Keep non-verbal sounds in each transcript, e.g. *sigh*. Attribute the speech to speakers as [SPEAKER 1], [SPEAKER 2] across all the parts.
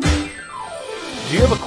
[SPEAKER 1] Do you have a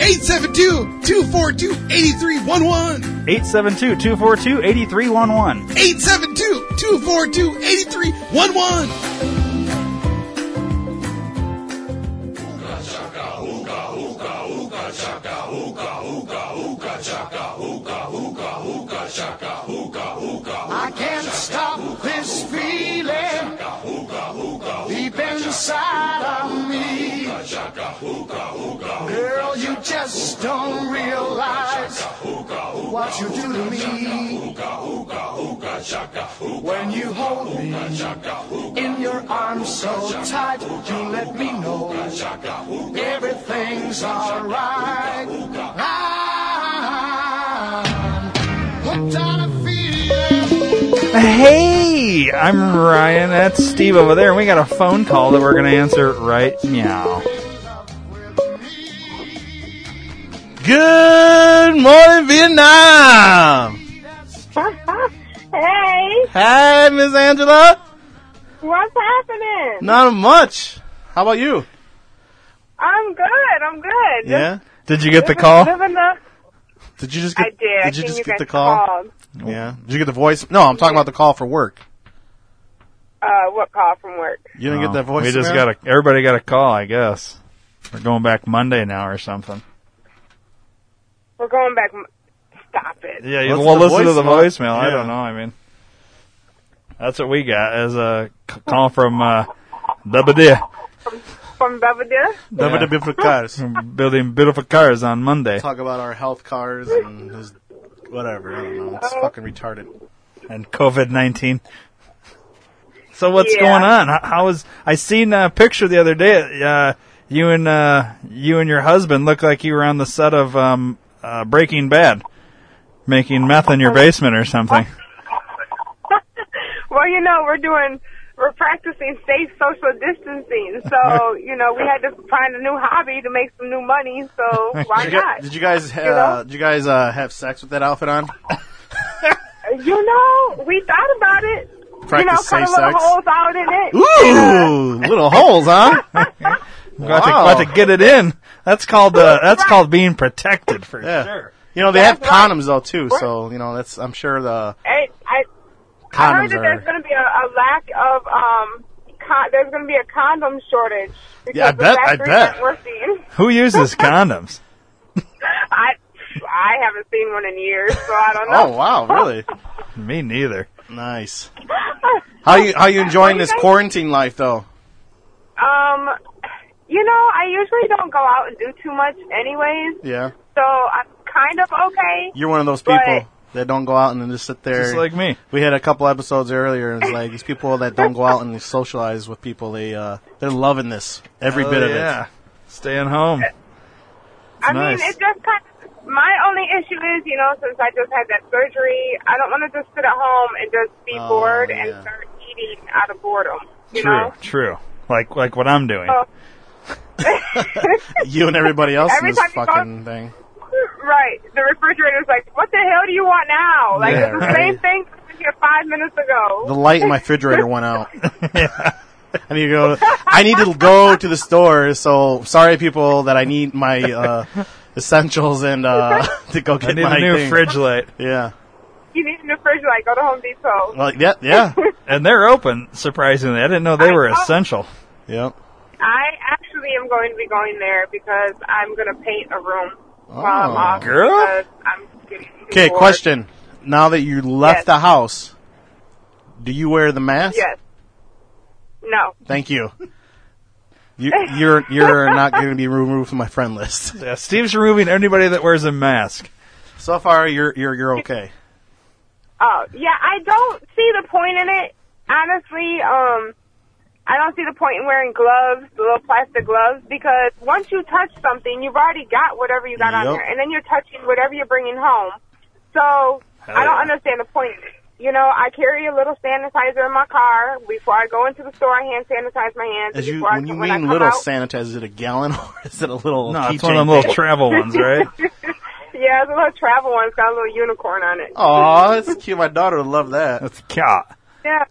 [SPEAKER 2] 872 242 8311.
[SPEAKER 1] 872 242 8311.
[SPEAKER 2] 872 242 8311.
[SPEAKER 3] I can't stop this feeling deep inside of me. Girl, you just don't realize what you do to me. When you hold me in your arms so tight, you let me know everything's alright. I'm hooked on a feeling.
[SPEAKER 1] Hey, I'm Ryan. That's Steve over there. And we got a phone call that we're going to answer right now.
[SPEAKER 4] Good morning, Vietnam.
[SPEAKER 5] *laughs* hey,
[SPEAKER 4] Hi, Miss Angela.
[SPEAKER 5] what's happening?
[SPEAKER 4] Not much. How about you?
[SPEAKER 5] I'm good. I'm good.
[SPEAKER 4] Yeah. Did you get the
[SPEAKER 5] Living-
[SPEAKER 4] call?
[SPEAKER 5] living the-
[SPEAKER 4] Did you just
[SPEAKER 5] I
[SPEAKER 4] get?
[SPEAKER 5] did. I
[SPEAKER 4] you
[SPEAKER 5] seen
[SPEAKER 4] just
[SPEAKER 5] you
[SPEAKER 4] get
[SPEAKER 5] guys
[SPEAKER 4] the call?
[SPEAKER 5] called.
[SPEAKER 4] Yeah. Did you get the voice? No, I'm talking about the call for work.
[SPEAKER 5] Uh, what call from work?
[SPEAKER 4] You didn't get that voice.
[SPEAKER 1] Oh. We just got a, everybody got a call, I guess. We're going back Monday now or something.
[SPEAKER 5] We're going back. m- Stop it.
[SPEAKER 1] Yeah,
[SPEAKER 4] What's
[SPEAKER 1] well,
[SPEAKER 4] the
[SPEAKER 1] listen to the voicemail.
[SPEAKER 4] voicemail?
[SPEAKER 1] I
[SPEAKER 4] Yeah.
[SPEAKER 1] don't know. I mean, that's what we got as a c- call from uh, Dabadea.
[SPEAKER 5] From Belvedere?
[SPEAKER 4] Double
[SPEAKER 1] Yeah.
[SPEAKER 4] different cars.
[SPEAKER 1] building beautiful cars on Monday.
[SPEAKER 4] Talk about our health cars and this, whatever. I don't know. It's
[SPEAKER 5] Oh.
[SPEAKER 4] fucking retarded.
[SPEAKER 1] and COVID nineteen. So what's
[SPEAKER 5] Yeah.
[SPEAKER 1] going on? How, how is I seen a picture the other day? Uh, you and uh, you and your husband look like you were on the set of um, uh, Breaking Bad, making meth in your basement or something.
[SPEAKER 5] Well, you know, we're doing, we're practicing safe social distancing.
[SPEAKER 4] *laughs*
[SPEAKER 5] So, you know, we had to find a new hobby to make some new money. So
[SPEAKER 4] *laughs*
[SPEAKER 5] why
[SPEAKER 4] Did you, guys,
[SPEAKER 5] not?
[SPEAKER 4] did you guys? Uh,
[SPEAKER 5] know?
[SPEAKER 4] Did you guys uh, have sex with that outfit on?
[SPEAKER 5] You know, we thought about it. you know,
[SPEAKER 4] Practice
[SPEAKER 5] cut a
[SPEAKER 4] safe
[SPEAKER 5] little
[SPEAKER 4] sex.
[SPEAKER 5] holes out in it.
[SPEAKER 4] Ooh, little holes, huh?
[SPEAKER 1] I'm about, to,
[SPEAKER 4] Wow.
[SPEAKER 1] about to get it in. That's called uh, that's called being protected for
[SPEAKER 5] *laughs*
[SPEAKER 4] Yeah.
[SPEAKER 1] sure.
[SPEAKER 4] You know they have
[SPEAKER 5] That's right.
[SPEAKER 4] condoms though too, so you know that's I'm sure the
[SPEAKER 5] And I, I heard
[SPEAKER 4] condoms
[SPEAKER 5] that there's
[SPEAKER 4] are.
[SPEAKER 5] going to be a, a lack of um, con- there's going to be a condom shortage. Because
[SPEAKER 4] Yeah, I
[SPEAKER 5] of
[SPEAKER 4] bet- I
[SPEAKER 5] factories
[SPEAKER 4] bet.
[SPEAKER 5] that We're seeing.
[SPEAKER 1] Who uses *laughs* condoms?
[SPEAKER 5] *laughs* I I haven't seen one in years, so I
[SPEAKER 4] *laughs*
[SPEAKER 5] don't
[SPEAKER 4] Oh
[SPEAKER 5] know.
[SPEAKER 4] wow, really?
[SPEAKER 1] Me neither.
[SPEAKER 5] *laughs*
[SPEAKER 4] Nice. How you how you enjoying this quarantine life though?
[SPEAKER 5] Um, you know, I usually don't go out and do too much, anyways.
[SPEAKER 4] Yeah,
[SPEAKER 5] So I'm kind of okay.
[SPEAKER 4] you're one of those people
[SPEAKER 5] Right.
[SPEAKER 4] that don't go out and then just sit there.
[SPEAKER 1] Just like me.
[SPEAKER 4] we had a couple episodes earlier, and it's like these people that don't go out and they socialize with people, they uh they're loving this every bit of it.
[SPEAKER 1] Oh, yeah. Staying home.
[SPEAKER 5] I
[SPEAKER 1] nice.
[SPEAKER 5] mean, it just kind. Of, my only issue is, you know, since I just had that surgery, I don't want to just sit at home and just be
[SPEAKER 4] Oh,
[SPEAKER 5] bored
[SPEAKER 4] yeah.
[SPEAKER 5] and start eating out of boredom. You
[SPEAKER 1] True.
[SPEAKER 5] know.
[SPEAKER 1] True. Like like what I'm doing.
[SPEAKER 5] So-
[SPEAKER 4] *laughs* You and everybody else
[SPEAKER 5] Every
[SPEAKER 4] in this
[SPEAKER 5] time you go-
[SPEAKER 4] fucking thing.
[SPEAKER 5] *laughs* Right. The refrigerator's like, what the hell do you want now? Like,
[SPEAKER 4] Yeah,
[SPEAKER 5] it's the
[SPEAKER 4] right.
[SPEAKER 5] same thing that was here five minutes
[SPEAKER 4] The
[SPEAKER 5] ago.
[SPEAKER 4] light in my refrigerator
[SPEAKER 5] *laughs*
[SPEAKER 4] went out. *laughs* I need to go. I need to go to the store. So sorry, people, that I need my
[SPEAKER 5] *laughs*
[SPEAKER 4] uh, essentials and uh, *laughs* to go
[SPEAKER 1] I
[SPEAKER 4] get
[SPEAKER 1] need
[SPEAKER 4] my
[SPEAKER 1] a new
[SPEAKER 4] thing.
[SPEAKER 1] fridge light.
[SPEAKER 4] Yeah.
[SPEAKER 5] You need a new fridge light. Go to Home Depot.
[SPEAKER 4] Well, yeah,
[SPEAKER 5] *laughs*
[SPEAKER 4] yeah,
[SPEAKER 1] And they're open, surprisingly. I didn't know they
[SPEAKER 5] I
[SPEAKER 1] were
[SPEAKER 5] know.
[SPEAKER 1] essential.
[SPEAKER 4] yeah.
[SPEAKER 5] I actually actually am going to be going there because I'm going to paint a room while I'm
[SPEAKER 4] Oh,
[SPEAKER 5] off.
[SPEAKER 1] girl.
[SPEAKER 5] because I'm getting too
[SPEAKER 4] Okay,
[SPEAKER 5] bored.
[SPEAKER 4] question. Now that you left
[SPEAKER 5] Yes.
[SPEAKER 4] the house, do you wear the mask?
[SPEAKER 5] Yes. No.
[SPEAKER 4] Thank you. You, you're you're not going to be removed from my friend list.
[SPEAKER 1] Yeah, Steve's removing anybody that wears a mask.
[SPEAKER 4] So far, you're you're you're okay.
[SPEAKER 5] Oh, yeah, I don't see the point in it. Honestly, um, I don't see the point in wearing gloves, the little plastic gloves, because once you touch something, you've already got whatever you got on
[SPEAKER 4] Yep.
[SPEAKER 5] there, and then you're touching whatever you're bringing home. So, I
[SPEAKER 1] yeah.
[SPEAKER 5] don't understand the point in it. You know, I carry a little sanitizer in my car. Before I go into the store, I hand sanitize my hands.
[SPEAKER 4] As you
[SPEAKER 5] Before I
[SPEAKER 4] when you
[SPEAKER 5] come- when I
[SPEAKER 4] mean
[SPEAKER 5] come
[SPEAKER 4] little
[SPEAKER 5] out-
[SPEAKER 4] sanitize, is it a gallon *laughs* or is it a little?
[SPEAKER 1] No, it's
[SPEAKER 4] keychain
[SPEAKER 1] one of them little travel
[SPEAKER 4] *laughs*
[SPEAKER 1] ones, right?
[SPEAKER 5] yeah, it's a little travel one. It's got a little unicorn on it.
[SPEAKER 4] Aw, that's cute. My daughter would love that.
[SPEAKER 1] That's cat.
[SPEAKER 5] Yeah.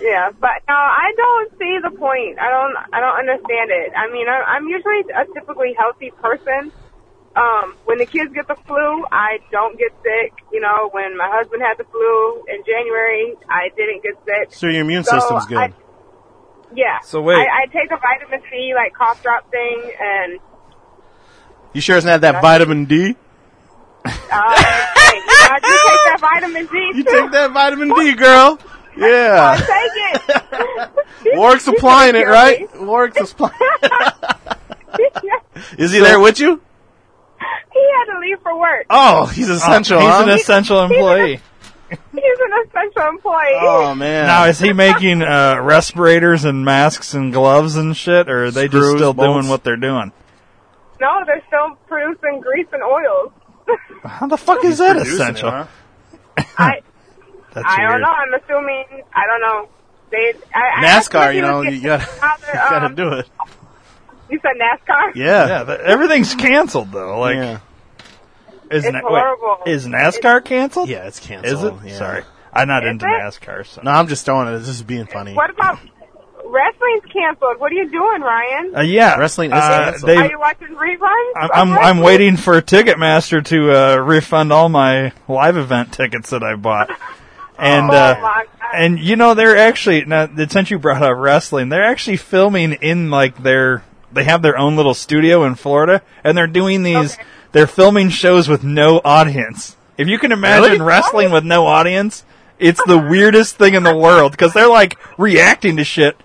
[SPEAKER 5] Yeah, but no, I don't see the point. I don't. I don't understand it. I mean, I, I'm usually a typically healthy person. Um, when the kids get the flu, I don't get sick. You know, when my husband had the flu in January, I didn't get sick.
[SPEAKER 4] So your immune
[SPEAKER 5] So,
[SPEAKER 4] system's good.
[SPEAKER 5] I- Yeah.
[SPEAKER 1] So wait.
[SPEAKER 5] I, I take a vitamin C like cough drop thing, and
[SPEAKER 4] you sure it's not that vitamin D?
[SPEAKER 5] uh, hey, you know, I do take that vitamin D.
[SPEAKER 4] You
[SPEAKER 5] too.
[SPEAKER 4] take that vitamin D, girl.
[SPEAKER 5] I
[SPEAKER 4] Yeah.
[SPEAKER 5] take it. *laughs*
[SPEAKER 4] Warwick's
[SPEAKER 5] You
[SPEAKER 4] applying
[SPEAKER 5] take
[SPEAKER 4] it,
[SPEAKER 5] care of
[SPEAKER 4] right? Warwick's applying.
[SPEAKER 5] me.
[SPEAKER 4] Is he there with you?
[SPEAKER 5] he had to leave for work.
[SPEAKER 4] Oh, he's essential.
[SPEAKER 1] He's
[SPEAKER 4] huh?
[SPEAKER 1] an essential employee.
[SPEAKER 5] He's an essential employee.
[SPEAKER 4] oh man.
[SPEAKER 1] Now, is he making uh, respirators and masks and gloves and shit, or are they just
[SPEAKER 4] Screws,
[SPEAKER 1] still doing
[SPEAKER 4] bolts.
[SPEAKER 1] what they're doing?
[SPEAKER 5] No, they're still producing grease and oils.
[SPEAKER 1] How the fuck is that
[SPEAKER 4] Producing it,
[SPEAKER 1] essential?
[SPEAKER 4] huh?
[SPEAKER 5] I
[SPEAKER 1] That's
[SPEAKER 5] I
[SPEAKER 1] weird.
[SPEAKER 5] don't know. I'm assuming. I don't know. They I, I asked
[SPEAKER 4] NASCAR,
[SPEAKER 5] Ricky
[SPEAKER 4] you
[SPEAKER 5] to
[SPEAKER 4] know,
[SPEAKER 5] get-
[SPEAKER 4] you gotta,
[SPEAKER 5] how
[SPEAKER 4] *laughs* you
[SPEAKER 5] they're,
[SPEAKER 4] gotta
[SPEAKER 5] um,
[SPEAKER 4] do it.
[SPEAKER 5] You said NASCAR.
[SPEAKER 4] Yeah.
[SPEAKER 1] Yeah, th- everything's canceled though. Like,
[SPEAKER 4] yeah.
[SPEAKER 1] is
[SPEAKER 5] It's
[SPEAKER 1] na-
[SPEAKER 5] horrible.
[SPEAKER 1] wait, is NASCAR
[SPEAKER 4] *laughs*
[SPEAKER 1] canceled?
[SPEAKER 4] Yeah, it's
[SPEAKER 1] Is it?
[SPEAKER 4] canceled. yeah.
[SPEAKER 1] Sorry, I'm not
[SPEAKER 5] Is
[SPEAKER 1] into
[SPEAKER 5] it?
[SPEAKER 1] NASCAR. So.
[SPEAKER 4] No, I'm just throwing it. This is being funny.
[SPEAKER 5] What about wrestling's canceled? What are you doing, Ryan?
[SPEAKER 1] Uh, yeah,
[SPEAKER 4] Wrestling is
[SPEAKER 1] uh,
[SPEAKER 4] canceled.
[SPEAKER 1] they,
[SPEAKER 5] are you watching reruns?
[SPEAKER 1] I'm, I'm I'm waiting for Ticketmaster to uh, refund all my live event tickets that I
[SPEAKER 5] *laughs*
[SPEAKER 1] bought. And
[SPEAKER 5] Oh,
[SPEAKER 1] uh,
[SPEAKER 5] my God.
[SPEAKER 1] and you know they're actually now since you brought up wrestling, they're actually filming in like their they have their own little studio in Florida, and they're doing these.
[SPEAKER 5] Okay.
[SPEAKER 1] They're filming shows with no audience. If you can imagine
[SPEAKER 4] Really?
[SPEAKER 5] Oh.
[SPEAKER 1] wrestling with no audience, it's
[SPEAKER 5] *laughs*
[SPEAKER 1] the weirdest thing in the world because they're like reacting to shit,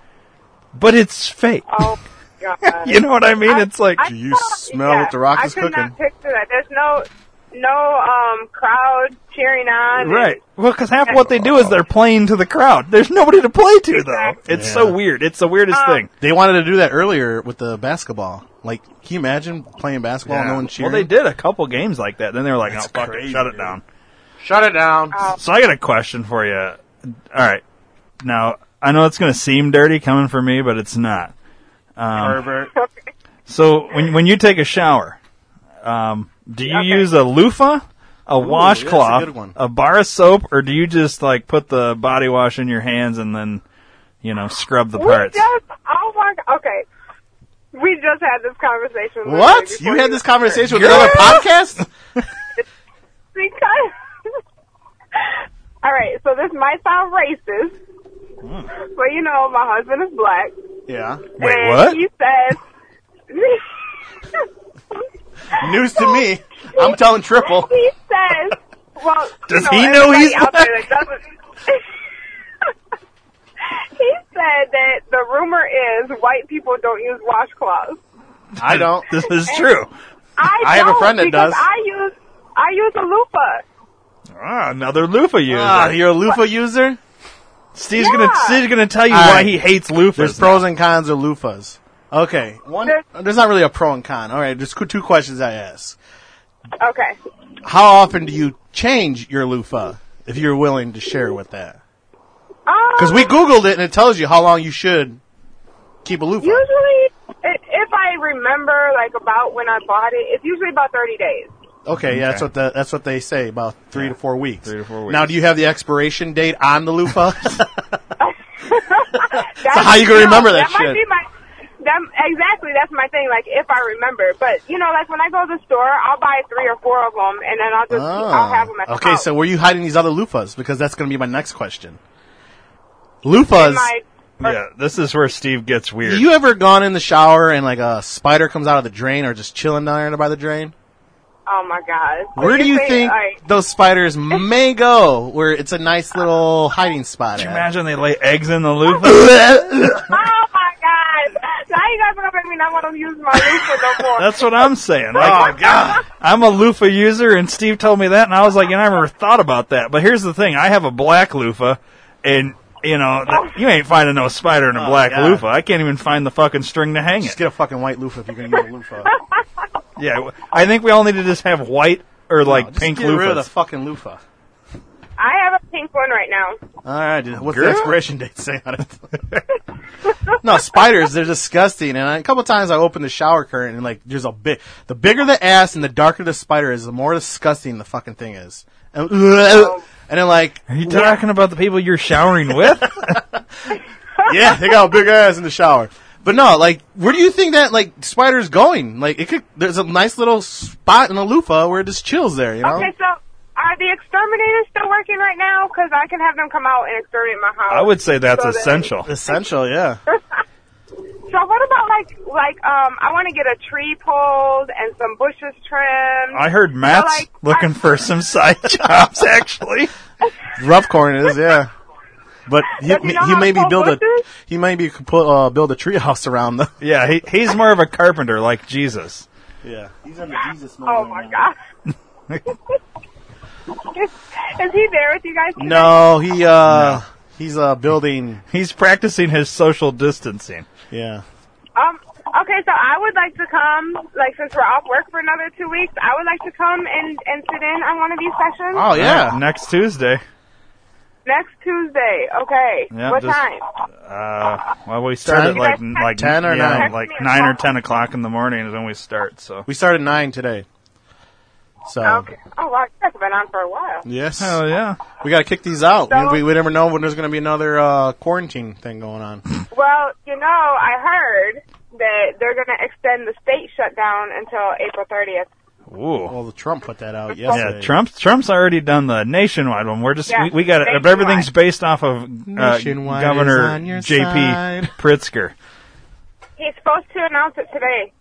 [SPEAKER 1] but it's fake.
[SPEAKER 5] Oh my
[SPEAKER 4] *laughs*
[SPEAKER 1] *laughs*
[SPEAKER 5] god.
[SPEAKER 1] You know what I mean? it's like
[SPEAKER 5] I
[SPEAKER 4] Do you
[SPEAKER 5] thought-
[SPEAKER 4] smell what the Rock is
[SPEAKER 5] I could
[SPEAKER 4] cooking?
[SPEAKER 5] not picture that. There's no no um crowd cheering on.
[SPEAKER 1] Right. Well, because half what they do is they're playing to the crowd. There's nobody to play to, though.
[SPEAKER 5] Exactly.
[SPEAKER 1] It's so
[SPEAKER 4] Yeah.
[SPEAKER 1] weird. It's the weirdest
[SPEAKER 5] Um,
[SPEAKER 1] thing.
[SPEAKER 4] They wanted to do that earlier with the basketball. Like, can you imagine playing basketball and no one
[SPEAKER 1] well,
[SPEAKER 4] cheering?
[SPEAKER 1] they did a couple games like that. Then they were like, "No, fuck it,
[SPEAKER 4] crazy,
[SPEAKER 1] shut it
[SPEAKER 4] dude.
[SPEAKER 1] down."
[SPEAKER 4] Shut it down.
[SPEAKER 5] Uh,
[SPEAKER 1] So I got a question for you. All right. Now I know it's going to seem dirty coming from me, but it's not. Um,
[SPEAKER 4] Herbert.
[SPEAKER 1] So when when you take a shower, um, do you
[SPEAKER 5] Okay.
[SPEAKER 1] use a loofah, a washcloth,
[SPEAKER 4] that's a good one.
[SPEAKER 1] bar of soap, or do you just like put the body wash in your hands and then, you know, scrub the
[SPEAKER 5] We
[SPEAKER 1] parts?
[SPEAKER 5] just oh my god. Okay. We just had this conversation. literally
[SPEAKER 4] What?
[SPEAKER 5] before
[SPEAKER 4] You had this
[SPEAKER 5] started.
[SPEAKER 4] conversation with
[SPEAKER 1] *laughs*
[SPEAKER 4] another podcast?
[SPEAKER 5] because. *laughs* All right, so this might sound racist, but you know my husband is black.
[SPEAKER 4] Yeah.
[SPEAKER 1] Wait,
[SPEAKER 5] and
[SPEAKER 1] what?
[SPEAKER 5] He says.
[SPEAKER 4] *laughs* News to me. I'm telling triple.
[SPEAKER 5] he says. Well,
[SPEAKER 1] Does
[SPEAKER 5] you
[SPEAKER 1] he know
[SPEAKER 5] everybody
[SPEAKER 1] he's
[SPEAKER 5] out there that doesn't. *laughs* he said that the rumor is white people don't use washcloths.
[SPEAKER 4] I don't.
[SPEAKER 1] *laughs* This is true.
[SPEAKER 5] I,
[SPEAKER 4] I have a
[SPEAKER 5] don't,
[SPEAKER 4] friend that
[SPEAKER 5] because
[SPEAKER 4] does.
[SPEAKER 5] I use I use a loofah.
[SPEAKER 1] Ah, another loofah user.
[SPEAKER 4] Ah, you're a loofah user?
[SPEAKER 1] Steve's
[SPEAKER 5] Yeah.
[SPEAKER 1] gonna Steve's gonna tell you
[SPEAKER 4] All
[SPEAKER 1] why
[SPEAKER 4] right.
[SPEAKER 1] he hates loofahs.
[SPEAKER 4] There's pros and cons of loofahs. Okay. One,
[SPEAKER 5] There's-
[SPEAKER 4] there's not really a pro and con. All right. There's two questions I ask.
[SPEAKER 5] Okay.
[SPEAKER 4] How often do you change your loofah if you're willing to share with that? Because we Googled it and it tells you how long you should keep a loofah.
[SPEAKER 5] Usually, i- if I remember, like about when I bought it, it's usually about thirty days.
[SPEAKER 4] Okay, yeah, that's
[SPEAKER 1] Okay.
[SPEAKER 4] what the, that's what they say about three to four weeks.
[SPEAKER 1] Three to four
[SPEAKER 4] Now,
[SPEAKER 1] weeks.
[SPEAKER 4] do you have the expiration date on the loofah?
[SPEAKER 5] That's
[SPEAKER 4] how you gonna remember that
[SPEAKER 5] That
[SPEAKER 4] shit?
[SPEAKER 5] might be my. That, exactly, that's my thing. Like if I remember, but you know, like when I go to the store, I'll buy three or four of them, and then I'll just *laughs* I'll have them at the
[SPEAKER 4] Ah, okay,
[SPEAKER 5] house.
[SPEAKER 4] so were you hiding these other loofahs? Because that's going to be my next question. Loofahs
[SPEAKER 5] my
[SPEAKER 1] Yeah, this is where Steve gets weird.
[SPEAKER 4] You ever gone in the shower and like a spider comes out of the drain or just chilling down there by the drain?
[SPEAKER 5] Oh my god.
[SPEAKER 4] Where do you think
[SPEAKER 5] Like,
[SPEAKER 4] those spiders may go? Where it's a nice little hiding spot.
[SPEAKER 1] Could you
[SPEAKER 4] at?
[SPEAKER 1] imagine they lay eggs in the loop?
[SPEAKER 5] *laughs*
[SPEAKER 4] *laughs*
[SPEAKER 5] oh my god. Now you guys are gonna make me not want to use my
[SPEAKER 4] *laughs*
[SPEAKER 5] loofah no more.
[SPEAKER 1] That's what I'm saying. Like,
[SPEAKER 4] Oh, God!
[SPEAKER 1] I'm a loofah user, and Steve told me that, and I was like, you know, I never thought about that. But here's the thing: I have a black loofah, and you know, th- you ain't finding no spider in a
[SPEAKER 4] Oh,
[SPEAKER 1] black
[SPEAKER 4] God.
[SPEAKER 1] loofah. I can't even find the fucking string to hang
[SPEAKER 4] Just
[SPEAKER 1] it.
[SPEAKER 4] get a fucking white loofah if you're gonna get a *laughs* loofah.
[SPEAKER 1] Yeah, w- I think we all need to just have white or like
[SPEAKER 4] Just
[SPEAKER 1] pink
[SPEAKER 4] get rid of the
[SPEAKER 1] loofahs.
[SPEAKER 4] fucking loofah.
[SPEAKER 5] I have a pink one right now.
[SPEAKER 4] All right, dude. What's the
[SPEAKER 1] Girl.
[SPEAKER 4] expiration date say on it? *laughs* no, spiders, they're disgusting. And I, a couple times I opened the shower curtain and like there's a big the bigger the ass and the darker the spider is, the more disgusting the fucking thing is. And, *laughs* and then like
[SPEAKER 1] Are you talking about the people you're showering with?
[SPEAKER 4] yeah, they got a big ass in the shower. But no, like, where do you think that like spider's going? Like, it could. There's a nice little spot in a loofah where it just chills there. You know,
[SPEAKER 5] Okay, so are the exterminators still working right now? Because I can have them come out and exterminate my house.
[SPEAKER 1] I would say
[SPEAKER 4] *laughs*
[SPEAKER 1] that's
[SPEAKER 5] So then-
[SPEAKER 1] essential.
[SPEAKER 4] essential. Yeah.
[SPEAKER 5] So what about like like um? I want to get a tree pulled and some bushes trimmed.
[SPEAKER 1] I heard Matt's
[SPEAKER 5] like,
[SPEAKER 1] looking
[SPEAKER 5] I-
[SPEAKER 1] for some side *laughs* jobs. Actually,
[SPEAKER 4] rough corn is, yeah. But he,
[SPEAKER 5] Does he know
[SPEAKER 4] he
[SPEAKER 5] how to
[SPEAKER 4] maybe
[SPEAKER 5] pull
[SPEAKER 4] build a
[SPEAKER 5] bushes?
[SPEAKER 4] he maybe could put, uh, build a tree house around them.
[SPEAKER 1] yeah, he, he's more of a carpenter, like Jesus.
[SPEAKER 4] *laughs* Yeah, he's on the Jesus mode.
[SPEAKER 5] Oh my god. *laughs* is, is he there with you guys? today?
[SPEAKER 4] No, he uh, he's uh building.
[SPEAKER 1] He's practicing his social distancing.
[SPEAKER 4] Yeah,
[SPEAKER 5] Um. Okay, so I would like to come. Like since we're off work for another two weeks, I would like to come and and sit in on one of these sessions
[SPEAKER 4] oh
[SPEAKER 1] All right,
[SPEAKER 4] yeah.
[SPEAKER 1] next Tuesday.
[SPEAKER 5] next Tuesday. Okay.
[SPEAKER 1] Yeah,
[SPEAKER 5] what
[SPEAKER 1] just-
[SPEAKER 5] time?
[SPEAKER 1] Uh, well, we start
[SPEAKER 4] Ten?
[SPEAKER 1] at like n- like
[SPEAKER 4] 10 or
[SPEAKER 1] yeah,
[SPEAKER 4] 9?
[SPEAKER 1] like nine or ten o'clock in the morning is when we start. So
[SPEAKER 4] We started nine today. So
[SPEAKER 5] Okay. Oh wow, you guys have been on for a while.
[SPEAKER 4] yes,
[SPEAKER 1] hell yeah,
[SPEAKER 4] we gotta kick these out.
[SPEAKER 5] So-
[SPEAKER 4] we, we never know when there's gonna be another uh, quarantine thing going on.
[SPEAKER 5] Well, you know, I heard that they're going to extend the state shutdown until April 30th.
[SPEAKER 1] ooh.
[SPEAKER 4] well, Trump put that out
[SPEAKER 5] Yeah,
[SPEAKER 4] yesterday.
[SPEAKER 1] Yeah, Trump's Trump's already done the nationwide one. We're just
[SPEAKER 5] Yeah,
[SPEAKER 1] we, we got it.
[SPEAKER 5] nationwide.
[SPEAKER 1] Everything's based off of uh,
[SPEAKER 4] Nationwide is on
[SPEAKER 1] Governor
[SPEAKER 4] your
[SPEAKER 1] J.P.
[SPEAKER 4] side.
[SPEAKER 1] Pritzker.
[SPEAKER 5] He's supposed to announce it today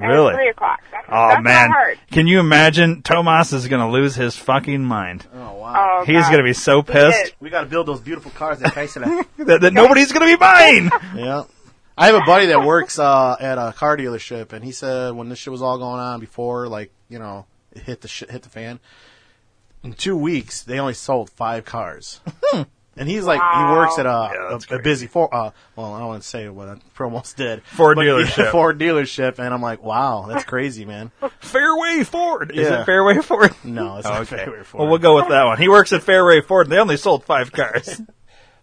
[SPEAKER 5] at
[SPEAKER 1] Really?
[SPEAKER 5] 3 o'clock. That's,
[SPEAKER 1] Oh
[SPEAKER 5] that's
[SPEAKER 1] man,
[SPEAKER 5] what I heard.
[SPEAKER 1] can you imagine? Tomas is gonna lose his fucking mind.
[SPEAKER 4] Oh wow.
[SPEAKER 5] Oh,
[SPEAKER 1] He's gonna be so pissed
[SPEAKER 4] we gotta build those beautiful cars that Chrysler.
[SPEAKER 1] that, that nobody's gonna be buying.
[SPEAKER 4] *laughs*
[SPEAKER 5] *laughs*
[SPEAKER 4] Yeah. I have a buddy that works uh, at a car dealership, and he said when this shit was all going on before, like you know, it hit the shit, hit the fan. In two weeks, they only sold five cars, and he's like, he works at a,
[SPEAKER 1] Yeah, that's
[SPEAKER 4] a, a busy Ford. Uh, well, I don't want to say what I *laughs* almost did
[SPEAKER 1] Ford
[SPEAKER 4] *laughs* But, yeah,
[SPEAKER 1] dealership.
[SPEAKER 4] Ford dealership, and I'm like, wow, that's crazy, man.
[SPEAKER 1] Fairway Ford. Is
[SPEAKER 4] Yeah.
[SPEAKER 1] it Fairway *laughs* Ford?
[SPEAKER 4] No, it's not
[SPEAKER 1] Okay.
[SPEAKER 4] fair Ford.
[SPEAKER 1] Well, we'll go with that one. He works at Fairway Ford. and They only sold five
[SPEAKER 4] *laughs*
[SPEAKER 1] cars.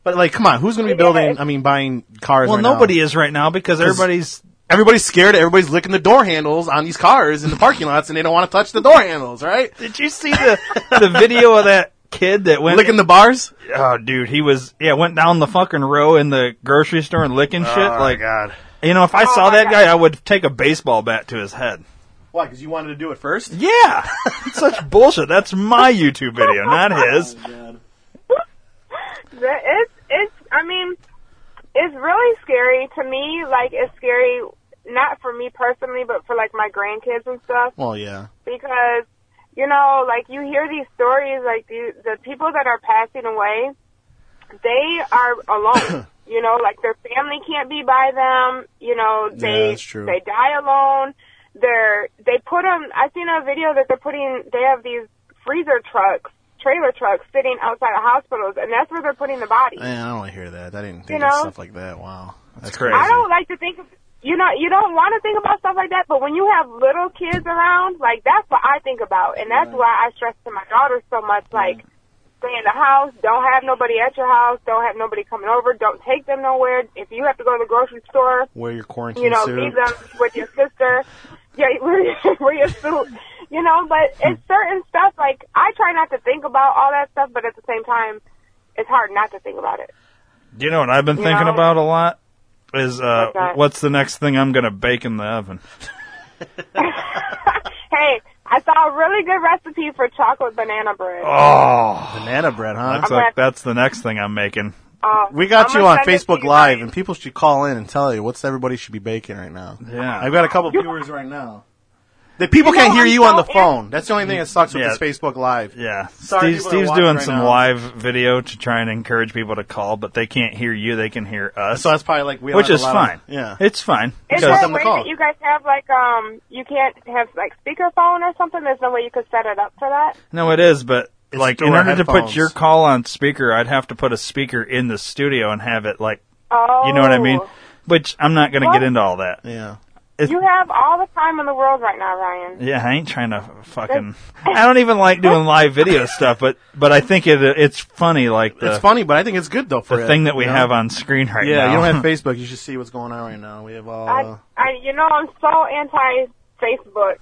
[SPEAKER 4] but like, come on, who's going to be building? I mean, buying cars?
[SPEAKER 1] Well,
[SPEAKER 4] right now?
[SPEAKER 1] nobody is right now because everybody's.
[SPEAKER 4] Everybody's scared. Everybody's licking the door handles on these cars in the parking lots, and they don't want to touch the door handles, right?
[SPEAKER 1] Did you see the the video of that kid that went?
[SPEAKER 4] Licking the bars.
[SPEAKER 1] oh, dude, he was yeah went down the fucking row in the grocery store and licking shit. Like,
[SPEAKER 4] Oh, God. Oh,
[SPEAKER 1] you know, if I saw
[SPEAKER 5] my
[SPEAKER 1] that
[SPEAKER 5] God.
[SPEAKER 1] guy, I would take a baseball bat to his head.
[SPEAKER 4] Why? Because you wanted to do it first?
[SPEAKER 1] Yeah, *laughs* such bullshit. That's my YouTube video, not his.
[SPEAKER 5] That- It's, it's, I mean, it's really scary to me. Like, it's scary, not for me personally, but for like my grandkids and stuff.
[SPEAKER 4] Well, yeah.
[SPEAKER 5] because you know, like you hear these stories, like the the people that are passing away, they are
[SPEAKER 4] *coughs*
[SPEAKER 5] alone. you know, like their family can't be by them. You know, they
[SPEAKER 4] that's true.
[SPEAKER 5] they die alone. They're they put them. I seen a video that they're putting. They have these freezer trucks, trailer trucks, sitting outside of hospitals, and that's where they're putting the bodies.
[SPEAKER 4] Man, I don't want to hear that. I didn't think
[SPEAKER 5] You
[SPEAKER 4] of
[SPEAKER 5] know?
[SPEAKER 4] stuff like that. Wow. That's
[SPEAKER 1] crazy.
[SPEAKER 5] I don't like to think of you know you don't want to think about stuff like that, but when you have little kids around, like that's what I think about, and that's why I stress to my daughter so much, like. Stay in the house. Don't have nobody at your house. Don't have nobody coming over. Don't take them nowhere. If you have to go to the grocery store,
[SPEAKER 4] Wear your quarantine
[SPEAKER 5] you know,
[SPEAKER 4] suit.
[SPEAKER 5] leave them with your sister. Yeah, *laughs* where your- where your suit. You know, but it's certain stuff. Like I try not to think about all that stuff, but at the same time, it's hard not to think about it.
[SPEAKER 1] You know what I've been
[SPEAKER 5] You
[SPEAKER 1] thinking
[SPEAKER 5] know?
[SPEAKER 1] about a lot is uh,
[SPEAKER 5] What's that?
[SPEAKER 1] what's the next thing I'm gonna bake in the oven?
[SPEAKER 5] Hey, I saw a really good recipe for chocolate banana bread.
[SPEAKER 1] Oh.
[SPEAKER 4] Banana bread, huh?
[SPEAKER 1] That's
[SPEAKER 5] I'm
[SPEAKER 1] like
[SPEAKER 5] gonna-
[SPEAKER 1] that's the next thing I'm making.
[SPEAKER 5] Oh,
[SPEAKER 4] We got
[SPEAKER 5] I'm
[SPEAKER 4] you
[SPEAKER 5] gonna
[SPEAKER 4] on
[SPEAKER 5] send it to
[SPEAKER 4] Facebook
[SPEAKER 5] you
[SPEAKER 4] Live,
[SPEAKER 5] guys.
[SPEAKER 4] and people should call in and tell you what's everybody should be baking right now.
[SPEAKER 1] Yeah.
[SPEAKER 4] I've got a couple viewers right now. The people
[SPEAKER 5] You know,
[SPEAKER 4] can't hear
[SPEAKER 5] I'm
[SPEAKER 4] you
[SPEAKER 5] so
[SPEAKER 4] on the
[SPEAKER 5] in-
[SPEAKER 4] phone. That's the only thing that sucks with
[SPEAKER 1] Yeah.
[SPEAKER 4] this Facebook Live.
[SPEAKER 1] Yeah.
[SPEAKER 4] Sorry,
[SPEAKER 1] Steve,
[SPEAKER 4] people that
[SPEAKER 1] Steve's
[SPEAKER 4] watch
[SPEAKER 1] doing
[SPEAKER 4] right
[SPEAKER 1] some
[SPEAKER 4] now.
[SPEAKER 1] live video to try and encourage people to call, but they can't hear you. They can hear us,
[SPEAKER 4] So that's probably like we. don't
[SPEAKER 1] which
[SPEAKER 4] have
[SPEAKER 1] is
[SPEAKER 4] a lot of-
[SPEAKER 1] fine.
[SPEAKER 4] yeah.
[SPEAKER 1] It's fine.
[SPEAKER 5] Is
[SPEAKER 1] because-
[SPEAKER 5] there a
[SPEAKER 4] them to
[SPEAKER 5] way
[SPEAKER 4] call.
[SPEAKER 5] that you guys have like um you can't have like speakerphone or something? There's no way you could set it up for that.
[SPEAKER 1] No, it is, but
[SPEAKER 4] It's
[SPEAKER 1] like in
[SPEAKER 4] through our
[SPEAKER 1] order to put
[SPEAKER 4] headphones.
[SPEAKER 1] your call on speaker, I'd have to put a speaker in the studio and have it like
[SPEAKER 5] Oh,
[SPEAKER 1] you know what I mean. Which I'm not going to get
[SPEAKER 5] What?
[SPEAKER 1] into all that.
[SPEAKER 4] yeah.
[SPEAKER 5] You have all the time in the world right now, Ryan.
[SPEAKER 1] Yeah, I ain't trying to fucking. I don't even like doing live video stuff, but but I think it it's funny like the
[SPEAKER 4] it's funny, but I think it's good though for
[SPEAKER 1] Uh, the
[SPEAKER 4] it,
[SPEAKER 1] thing that we
[SPEAKER 4] you know?
[SPEAKER 1] have on screen right
[SPEAKER 4] Yeah,
[SPEAKER 1] now.
[SPEAKER 4] you
[SPEAKER 1] *laughs*
[SPEAKER 4] don't have Facebook. You should see what's going on right now. We have all. Uh,
[SPEAKER 5] I, I, you know, I'm so anti Facebook.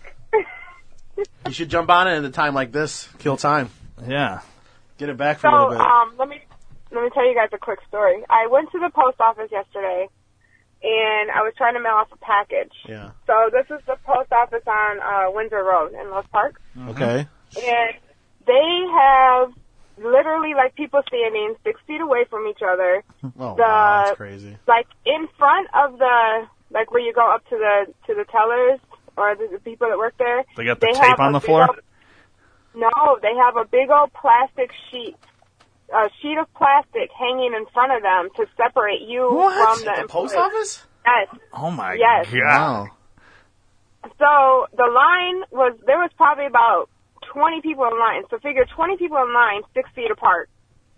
[SPEAKER 4] you should jump on it at a time like this. Kill time.
[SPEAKER 1] yeah.
[SPEAKER 4] Get it back for
[SPEAKER 5] So,
[SPEAKER 4] a little bit.
[SPEAKER 5] um, let me let me tell you guys a quick story. I went to the post office yesterday, and I was trying to mail off a package.
[SPEAKER 4] yeah.
[SPEAKER 5] So this is the post office on uh, Windsor Road in Los Park,
[SPEAKER 1] Mm-hmm.
[SPEAKER 4] Okay.
[SPEAKER 5] and they have literally like people standing six feet away from each other,
[SPEAKER 4] Oh, wow, that's crazy.
[SPEAKER 5] like in front of the like where you go up to the to the tellers or the, the people that work there.
[SPEAKER 1] They got the
[SPEAKER 5] have
[SPEAKER 1] tape on the
[SPEAKER 5] a big
[SPEAKER 1] floor?
[SPEAKER 5] old- no, they have a big old plastic sheet, a sheet of plastic hanging in front of them to separate you from the,
[SPEAKER 4] At the
[SPEAKER 5] employees.
[SPEAKER 4] post office?
[SPEAKER 5] Yes.
[SPEAKER 1] Oh my
[SPEAKER 5] Yes.
[SPEAKER 1] god.
[SPEAKER 4] Wow.
[SPEAKER 5] So the line was there was probably about twenty people in line. So figure twenty people in line, six feet apart,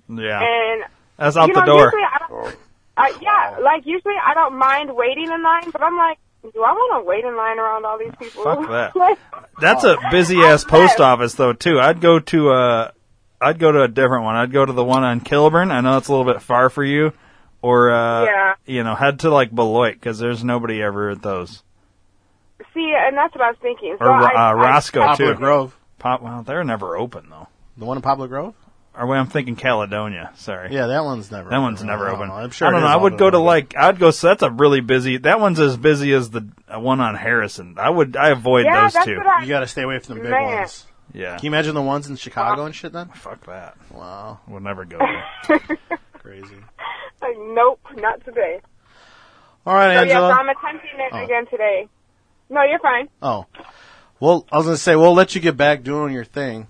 [SPEAKER 1] Yeah.
[SPEAKER 5] and
[SPEAKER 1] That's out
[SPEAKER 5] you
[SPEAKER 1] the
[SPEAKER 5] know,
[SPEAKER 1] door.
[SPEAKER 5] Usually I don't, I, yeah, like usually I don't mind waiting in line, but I'm like, do I want to wait in line around all these people? *laughs*
[SPEAKER 1] Fuck that.
[SPEAKER 5] Like,
[SPEAKER 1] That's a busy ass
[SPEAKER 5] I'm
[SPEAKER 1] post
[SPEAKER 5] pissed.
[SPEAKER 1] office though too. I'd go to uh I'd go to a different one. I'd go to the one on Kilburn. I know it's a little bit far for you. Or uh
[SPEAKER 5] Yeah.
[SPEAKER 1] you know, head to like Beloit because there's nobody ever at those.
[SPEAKER 5] see, and that's what I was thinking. So
[SPEAKER 1] Or
[SPEAKER 5] I,
[SPEAKER 1] uh,
[SPEAKER 5] I,
[SPEAKER 1] Roscoe
[SPEAKER 4] Poplar
[SPEAKER 1] too.
[SPEAKER 4] Grove.
[SPEAKER 1] Pop well, they're never open though.
[SPEAKER 4] The one in Poplar Grove?
[SPEAKER 1] Or well, I'm thinking Caledonia, sorry.
[SPEAKER 4] Yeah, that one's never.
[SPEAKER 1] That one's
[SPEAKER 4] open.
[SPEAKER 1] never
[SPEAKER 4] I don't
[SPEAKER 1] open.
[SPEAKER 4] know. I'm sure.
[SPEAKER 1] I don't
[SPEAKER 4] it
[SPEAKER 1] know.
[SPEAKER 4] is
[SPEAKER 1] I would
[SPEAKER 4] open,
[SPEAKER 1] go to
[SPEAKER 4] but-
[SPEAKER 1] like I'd go. So that's a really busy. That one's as busy as the uh, one on Harrison. I would. I avoid
[SPEAKER 5] yeah,
[SPEAKER 1] those
[SPEAKER 5] that's
[SPEAKER 1] two.
[SPEAKER 5] what I.
[SPEAKER 4] You got to stay away from the big
[SPEAKER 5] Man.
[SPEAKER 4] ones.
[SPEAKER 1] yeah.
[SPEAKER 4] Can you imagine the ones in Chicago and shit? Then
[SPEAKER 1] Fuck that.
[SPEAKER 4] wow,
[SPEAKER 1] We'll never go there.
[SPEAKER 4] crazy.
[SPEAKER 5] like, nope, not today.
[SPEAKER 4] All right,
[SPEAKER 5] So yeah, so
[SPEAKER 4] Angela.
[SPEAKER 5] I'm attempting it
[SPEAKER 4] Oh.
[SPEAKER 5] again today. No, you're fine.
[SPEAKER 4] Oh, well, I was gonna say we'll let you get back doing your thing.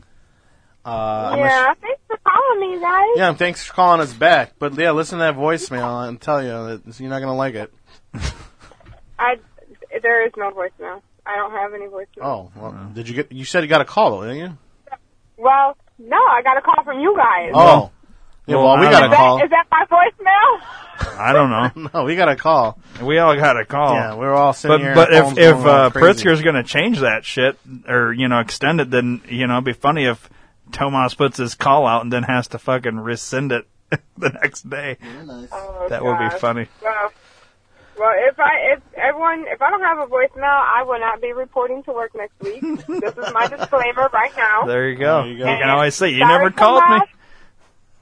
[SPEAKER 4] Uh, unless-
[SPEAKER 5] yeah, thanks for calling me, guys.
[SPEAKER 4] yeah. and Thanks for calling us back. But yeah, listen to that voicemail and tell you that you're not gonna like it.
[SPEAKER 5] I there is no voicemail. I don't have any voicemail.
[SPEAKER 4] Oh, well, did you get? You said you got a call though, didn't you?
[SPEAKER 5] Well, no, I got a call from you guys.
[SPEAKER 4] Oh, yeah. Well, we
[SPEAKER 1] I
[SPEAKER 4] got
[SPEAKER 1] don't
[SPEAKER 5] Is
[SPEAKER 4] a
[SPEAKER 5] that,
[SPEAKER 4] call.
[SPEAKER 5] is that my voicemail?
[SPEAKER 1] I don't know.
[SPEAKER 4] *laughs* No, we got a call.
[SPEAKER 1] We all got a call.
[SPEAKER 4] Yeah, we were all sitting
[SPEAKER 1] But
[SPEAKER 4] here.
[SPEAKER 1] but
[SPEAKER 4] our phones
[SPEAKER 1] if if
[SPEAKER 4] going all
[SPEAKER 1] uh,
[SPEAKER 4] crazy.
[SPEAKER 1] Pritzker's going to change that shit or you know extend it, then you know it'd be funny if Tomas puts his call out and then has to fucking rescind it *laughs* the next day.
[SPEAKER 5] Oh,
[SPEAKER 1] That would be
[SPEAKER 5] gosh.
[SPEAKER 1] funny.
[SPEAKER 5] Well, well, if I if everyone if I don't have a voicemail, I will not be reporting to work next week. this is
[SPEAKER 4] *laughs*
[SPEAKER 5] my disclaimer right now.
[SPEAKER 1] There you go.
[SPEAKER 4] There
[SPEAKER 1] you,
[SPEAKER 4] you go.
[SPEAKER 1] can always say you
[SPEAKER 5] Sorry
[SPEAKER 1] never
[SPEAKER 5] for
[SPEAKER 1] called me.
[SPEAKER 5] last.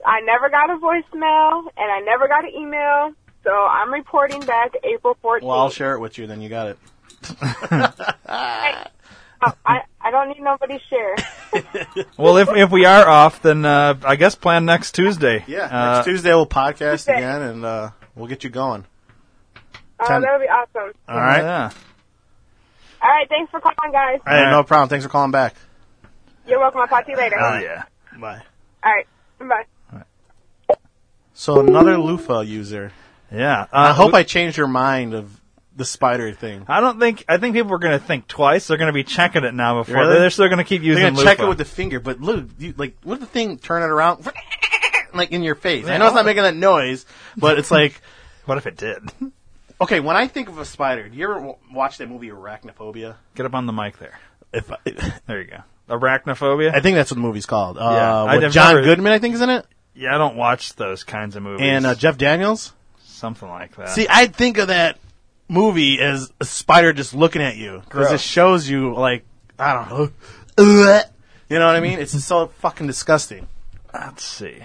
[SPEAKER 5] I never got a voicemail and I never got an email, so I'm reporting back April 14th.
[SPEAKER 4] well, I'll share it with you. Then you got it.
[SPEAKER 5] Oh, I I don't need nobody's
[SPEAKER 4] *laughs*
[SPEAKER 5] share.
[SPEAKER 1] Well, if if we are off, then uh, I guess plan next Tuesday.
[SPEAKER 4] Yeah,
[SPEAKER 1] Uh,
[SPEAKER 4] next Tuesday we'll podcast
[SPEAKER 5] Tuesday.
[SPEAKER 4] again and uh, we'll get you going.
[SPEAKER 5] Oh,
[SPEAKER 4] Ten-
[SPEAKER 5] that would be awesome.
[SPEAKER 4] All right.
[SPEAKER 1] Yeah.
[SPEAKER 5] All right, thanks for calling, guys.
[SPEAKER 4] All right, no problem. Thanks for calling back.
[SPEAKER 5] You're welcome. I'll talk to you later.
[SPEAKER 1] Hell yeah.
[SPEAKER 4] Bye.
[SPEAKER 5] All right, bye.
[SPEAKER 4] So another loofah user.
[SPEAKER 1] Yeah. Uh,
[SPEAKER 4] I hope I changed your mind of the spider thing.
[SPEAKER 1] I don't think. I think people are going to think twice. They're going to be checking it now before
[SPEAKER 4] Really?
[SPEAKER 1] they're still going to keep
[SPEAKER 4] They're
[SPEAKER 1] using.
[SPEAKER 4] gonna check it
[SPEAKER 1] loofah.
[SPEAKER 4] with the finger, but look, you, like, what if the thing turn it around, *laughs* like in your face? I know it's not making that noise, but it's like,
[SPEAKER 1] What if it did?
[SPEAKER 4] okay, when I think of a spider, do you ever w- watch that movie Arachnophobia?
[SPEAKER 1] *laughs* Get up on the mic there.
[SPEAKER 4] If I,
[SPEAKER 1] There you go. Arachnophobia.
[SPEAKER 4] I think that's what the movie's called.
[SPEAKER 1] Yeah,
[SPEAKER 4] Uh,
[SPEAKER 1] I'd
[SPEAKER 4] with
[SPEAKER 1] have
[SPEAKER 4] John
[SPEAKER 1] never-
[SPEAKER 4] Goodman, I think, is in it,
[SPEAKER 1] yeah, I don't watch those kinds of movies.
[SPEAKER 4] and uh, Jeff Daniels.
[SPEAKER 1] something like that.
[SPEAKER 4] See, I think of that movie as a spider just looking at you because it
[SPEAKER 1] Gross.
[SPEAKER 4] shows you like I don't know, Ugh. you know what I mean? It's just so fucking disgusting.
[SPEAKER 1] let's see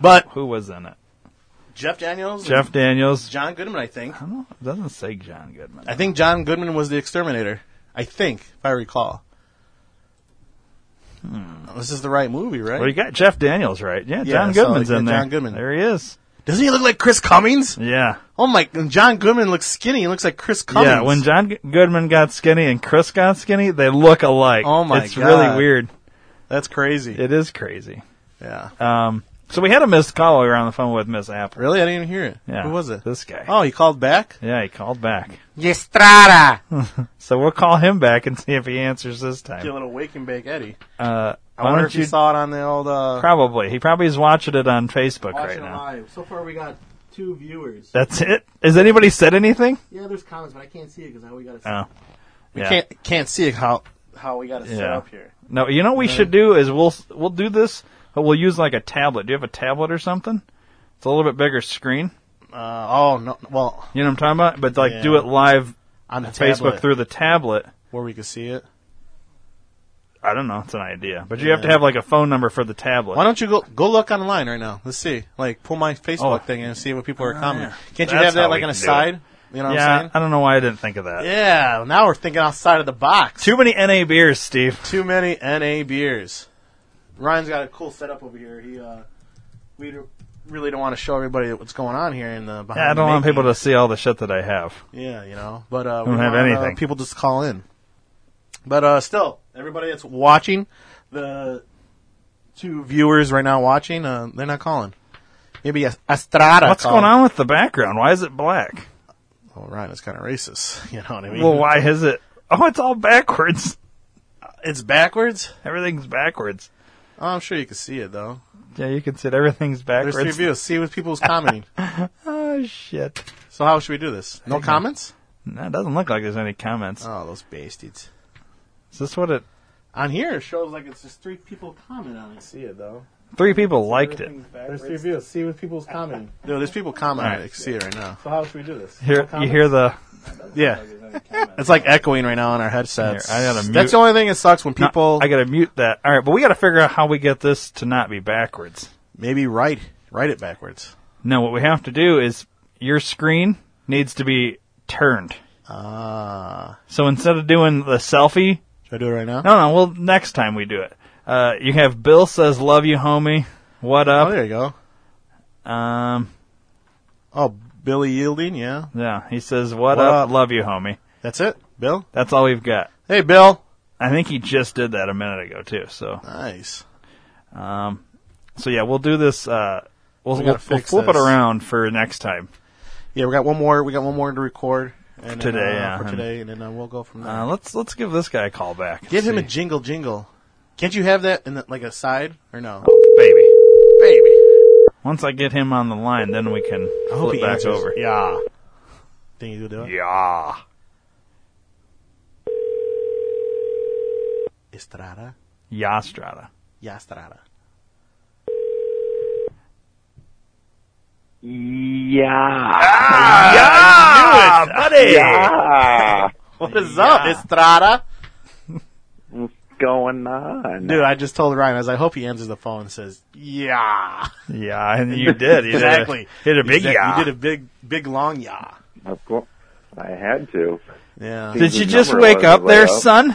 [SPEAKER 4] But
[SPEAKER 1] who was in it.
[SPEAKER 4] Jeff Daniels, and
[SPEAKER 1] Jeff Daniels.
[SPEAKER 4] John Goodman, I think.
[SPEAKER 1] I don't know. It doesn't say John Goodman.
[SPEAKER 4] I think John Goodman was the exterminator. I think, if I recall.
[SPEAKER 1] Hmm.
[SPEAKER 4] This is the right movie, right?
[SPEAKER 1] Well, you got Jeff Daniels right. Yeah,
[SPEAKER 4] Yeah,
[SPEAKER 1] John
[SPEAKER 4] so,
[SPEAKER 1] Goodman's in
[SPEAKER 4] yeah,
[SPEAKER 1] there.
[SPEAKER 4] John Goodman.
[SPEAKER 1] There he is.
[SPEAKER 4] Doesn't he look like Chris Cummings?
[SPEAKER 1] Yeah.
[SPEAKER 4] Oh my! and John Goodman looks skinny. He looks like Chris Cummings.
[SPEAKER 1] Yeah, when John G- Goodman got skinny and Chris got skinny, they look alike.
[SPEAKER 4] Oh, my
[SPEAKER 1] It's
[SPEAKER 4] God.
[SPEAKER 1] really weird.
[SPEAKER 4] that's crazy.
[SPEAKER 1] It is crazy.
[SPEAKER 4] yeah.
[SPEAKER 1] Um, so we had a missed call we were on the phone with Miss Apple.
[SPEAKER 4] Really, I didn't even hear it.
[SPEAKER 1] Yeah,
[SPEAKER 4] Who was it?
[SPEAKER 1] This guy.
[SPEAKER 4] Oh, he called back.
[SPEAKER 1] Yeah, he called back. *laughs*
[SPEAKER 4] Yestrada.
[SPEAKER 1] So we'll call him back and see if he answers this
[SPEAKER 4] Get a
[SPEAKER 1] time.
[SPEAKER 4] little wake and bake Eddie.
[SPEAKER 1] Uh,
[SPEAKER 4] I
[SPEAKER 1] why
[SPEAKER 4] wonder
[SPEAKER 1] don't
[SPEAKER 4] if
[SPEAKER 1] you?
[SPEAKER 4] you saw it on the old.
[SPEAKER 1] *laughs*
[SPEAKER 4] Uh,
[SPEAKER 1] probably. He probably is watching it on Facebook right now.
[SPEAKER 6] live. So far, we got two viewers.
[SPEAKER 1] That's it. Has anybody said anything?
[SPEAKER 6] Yeah, there's comments, but I can't see it because now we got to.
[SPEAKER 1] Oh.
[SPEAKER 4] we
[SPEAKER 1] Yeah.
[SPEAKER 4] can't can't see how how we got to set
[SPEAKER 1] Yeah.
[SPEAKER 4] up here.
[SPEAKER 1] No, you know what we should do is we'll we'll do this, but we'll use like a tablet. Do you have a tablet or something? It's a little bit bigger screen.
[SPEAKER 4] Uh, oh no! Well,
[SPEAKER 1] You know what I'm talking about? But like
[SPEAKER 4] Yeah.
[SPEAKER 1] do it live
[SPEAKER 4] on the
[SPEAKER 1] Facebook
[SPEAKER 4] tablet,
[SPEAKER 1] through the tablet.
[SPEAKER 4] where we could see it.
[SPEAKER 1] I don't know. It's an idea, but you have to
[SPEAKER 4] Yeah.
[SPEAKER 1] have like a phone number for the tablet.
[SPEAKER 4] Why don't you go go look online right now? Let's see. Like pull my Facebook
[SPEAKER 1] Oh.
[SPEAKER 4] thing and see what people are commenting.
[SPEAKER 1] yeah.
[SPEAKER 4] Can't you
[SPEAKER 1] That's
[SPEAKER 4] have
[SPEAKER 1] how
[SPEAKER 4] that like
[SPEAKER 1] we
[SPEAKER 4] on a
[SPEAKER 1] can do
[SPEAKER 4] side? You know what
[SPEAKER 1] yeah,
[SPEAKER 4] I'm
[SPEAKER 1] I don't know why I didn't think of that.
[SPEAKER 4] saying? Yeah. Now we're thinking outside of the box.
[SPEAKER 1] Too many NA beers, Steve.
[SPEAKER 4] Too many NA beers. Ryan's got a cool setup over here. He uh, we d- really don't want to show everybody what's going on here in the behind.
[SPEAKER 1] Yeah, I don't
[SPEAKER 4] the
[SPEAKER 1] want
[SPEAKER 4] making.
[SPEAKER 1] people to see all the shit that I have.
[SPEAKER 4] Yeah, you know, but uh,
[SPEAKER 1] Don't
[SPEAKER 4] we
[SPEAKER 1] have
[SPEAKER 4] want, uh,
[SPEAKER 1] anything.
[SPEAKER 4] people just call in. But uh, still, everybody that's watching, the two viewers right now watching, uh, they're not calling. Maybe a- Estrada.
[SPEAKER 1] What's
[SPEAKER 4] called.
[SPEAKER 1] going on with the background? Why is it black?
[SPEAKER 4] Well, Ryan, it's kind of racist. *laughs* You know what I mean?
[SPEAKER 1] Well, why is it? *laughs* Oh, it's all backwards. *laughs*
[SPEAKER 4] It's backwards.
[SPEAKER 1] Everything's backwards.
[SPEAKER 4] Oh, I'm sure you can see it though.
[SPEAKER 1] Yeah, you can see it. everything's
[SPEAKER 4] There's three
[SPEAKER 1] backwards.
[SPEAKER 4] views. See what
[SPEAKER 1] *laughs*
[SPEAKER 4] people's commenting.
[SPEAKER 1] Oh shit!
[SPEAKER 4] so how should we do this? No comments?
[SPEAKER 1] No, it doesn't look like there's any comments.
[SPEAKER 4] Oh, those bastards.
[SPEAKER 1] Is this what it?
[SPEAKER 4] On here, it shows like it's just three people comment on it. See it though.
[SPEAKER 1] Three people liked it.
[SPEAKER 4] There's three views. See what people's commenting. *laughs* No, there's people commenting. I can see it right now. So how should we do this?
[SPEAKER 1] Here, you hear the?
[SPEAKER 4] Yeah. It's like echoing right now on our headsets.
[SPEAKER 1] Here, I gotta mute-
[SPEAKER 4] That's the only thing that sucks when
[SPEAKER 1] No,
[SPEAKER 4] people
[SPEAKER 1] I gotta mute that. All right, but we gotta figure out how we get this to not be backwards.
[SPEAKER 4] maybe write write it backwards.
[SPEAKER 1] No, what we have to do is your screen needs to be turned.
[SPEAKER 4] Ah.
[SPEAKER 1] So instead of doing the selfie,
[SPEAKER 4] should I do it right now?
[SPEAKER 1] no, no, well, next time we do it. Uh, you have Bill says, "Love you, homie. What
[SPEAKER 4] Oh,
[SPEAKER 1] up?"
[SPEAKER 4] there you go.
[SPEAKER 1] Um,
[SPEAKER 4] Oh, Billy Yielding, yeah.
[SPEAKER 1] yeah, he says, "What,
[SPEAKER 4] What
[SPEAKER 1] up?
[SPEAKER 4] up?
[SPEAKER 1] Love you, homie."
[SPEAKER 4] That's it, Bill.
[SPEAKER 1] That's all we've got.
[SPEAKER 4] Hey, Bill.
[SPEAKER 1] I think he just did that a minute ago too. So,
[SPEAKER 4] Nice.
[SPEAKER 1] um, so yeah, we'll do this. Uh, we'll,
[SPEAKER 4] We
[SPEAKER 1] we'll,
[SPEAKER 4] gotta
[SPEAKER 1] we'll
[SPEAKER 4] fix
[SPEAKER 1] flip it
[SPEAKER 4] this.
[SPEAKER 1] around for next time.
[SPEAKER 4] Yeah, we got one more. We got one more to record and then,
[SPEAKER 1] Today,
[SPEAKER 4] uh,
[SPEAKER 1] yeah,
[SPEAKER 4] for
[SPEAKER 1] and-
[SPEAKER 4] today, and then uh, we'll go from there.
[SPEAKER 1] Uh, let's let's give this guy a call back. and
[SPEAKER 4] Give him a
[SPEAKER 1] see.
[SPEAKER 4] jingle, jingle. Can't you have that in the, like a side or no?
[SPEAKER 1] baby.
[SPEAKER 4] baby.
[SPEAKER 1] Once I get him on the line, then we can
[SPEAKER 4] I hope
[SPEAKER 1] flip
[SPEAKER 4] he
[SPEAKER 1] back
[SPEAKER 4] answers.
[SPEAKER 1] over.
[SPEAKER 4] Yeah. Think he'll do it?
[SPEAKER 1] Yeah.
[SPEAKER 4] Estrada,
[SPEAKER 1] Yastrada.
[SPEAKER 4] yeah, Estrada.
[SPEAKER 1] Ah, buddy.
[SPEAKER 4] What is up, Estrada?
[SPEAKER 7] going on?
[SPEAKER 4] Dude, I just told Ryan. I was like, I hope he answers the phone and says, "Yeah."
[SPEAKER 1] Yeah, and you did. You did a-
[SPEAKER 4] exactly.
[SPEAKER 1] Did a, big
[SPEAKER 4] Exact-
[SPEAKER 1] yeah.
[SPEAKER 4] You did a big, big long yeah.
[SPEAKER 7] Of course, I had to.
[SPEAKER 4] Yeah.
[SPEAKER 7] Did-
[SPEAKER 1] Did you
[SPEAKER 7] His
[SPEAKER 1] just
[SPEAKER 7] number
[SPEAKER 1] wake
[SPEAKER 7] was
[SPEAKER 1] up
[SPEAKER 7] way
[SPEAKER 1] there,
[SPEAKER 7] up.
[SPEAKER 1] son?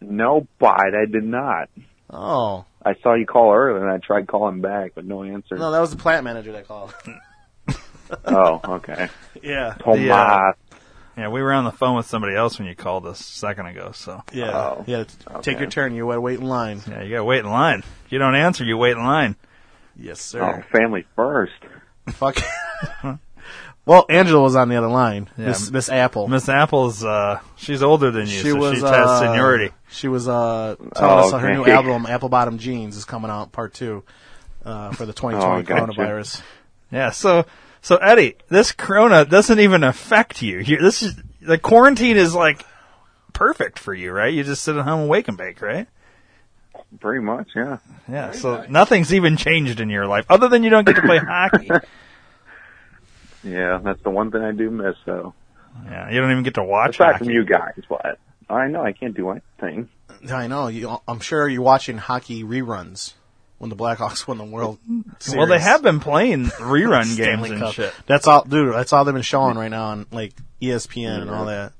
[SPEAKER 7] No, but I did not.
[SPEAKER 4] Oh
[SPEAKER 7] I saw you call earlier, and I tried calling back, but no answer.
[SPEAKER 4] no, that was the plant manager that
[SPEAKER 1] *laughs*
[SPEAKER 4] called.
[SPEAKER 7] Oh,
[SPEAKER 4] *laughs*
[SPEAKER 7] okay.
[SPEAKER 4] yeah.
[SPEAKER 7] Tomas.
[SPEAKER 4] uh,
[SPEAKER 1] Yeah, we were on the phone with somebody else when you called us a second ago. So
[SPEAKER 4] Yeah.
[SPEAKER 7] Oh,
[SPEAKER 4] yeah. t- Take your turn. You gotta wait in line.
[SPEAKER 1] yeah, you gotta wait in line. If you don't answer, you wait in line.
[SPEAKER 4] Yes,
[SPEAKER 7] Oh,
[SPEAKER 4] sir.
[SPEAKER 7] family first.
[SPEAKER 1] *laughs*
[SPEAKER 7] Oh.
[SPEAKER 4] Fuck. well, Angela was on the other line.
[SPEAKER 1] Yeah.
[SPEAKER 4] Miss, Miss Apple.
[SPEAKER 1] Miss Apple's uh she's older than you,
[SPEAKER 4] she
[SPEAKER 1] so
[SPEAKER 4] was
[SPEAKER 1] she
[SPEAKER 4] uh,
[SPEAKER 1] has seniority.
[SPEAKER 4] She was uh, telling
[SPEAKER 7] Oh,
[SPEAKER 4] us on her new
[SPEAKER 7] okay.
[SPEAKER 4] album, Apple Bottom Jeans, is coming out part two uh, for the 2020
[SPEAKER 7] *laughs* Oh, gotcha.
[SPEAKER 4] coronavirus.
[SPEAKER 1] Yeah, so so Eddie, this corona doesn't even affect you. you this is the quarantine is like perfect for you, right? You just sit at home and wake and bake, right?
[SPEAKER 7] Pretty much, yeah.
[SPEAKER 1] Yeah, so nothing's even changed in your life other than you don't get to play hockey.
[SPEAKER 7] Yeah, that's the one thing I do miss, though.
[SPEAKER 1] Yeah, you don't even get to watch
[SPEAKER 7] Aside
[SPEAKER 1] hockey.
[SPEAKER 7] from you guys, but I know I can't do anything.
[SPEAKER 4] I know. You, I'm sure you're watching hockey reruns when the Blackhawks won the World
[SPEAKER 1] *laughs*
[SPEAKER 4] Series.
[SPEAKER 1] Well, they have been playing rerun games
[SPEAKER 4] Stanley
[SPEAKER 1] and
[SPEAKER 4] Cup.
[SPEAKER 1] shit.
[SPEAKER 4] That's all, dude. That's all they've been showing right now on like E ESPN and all that,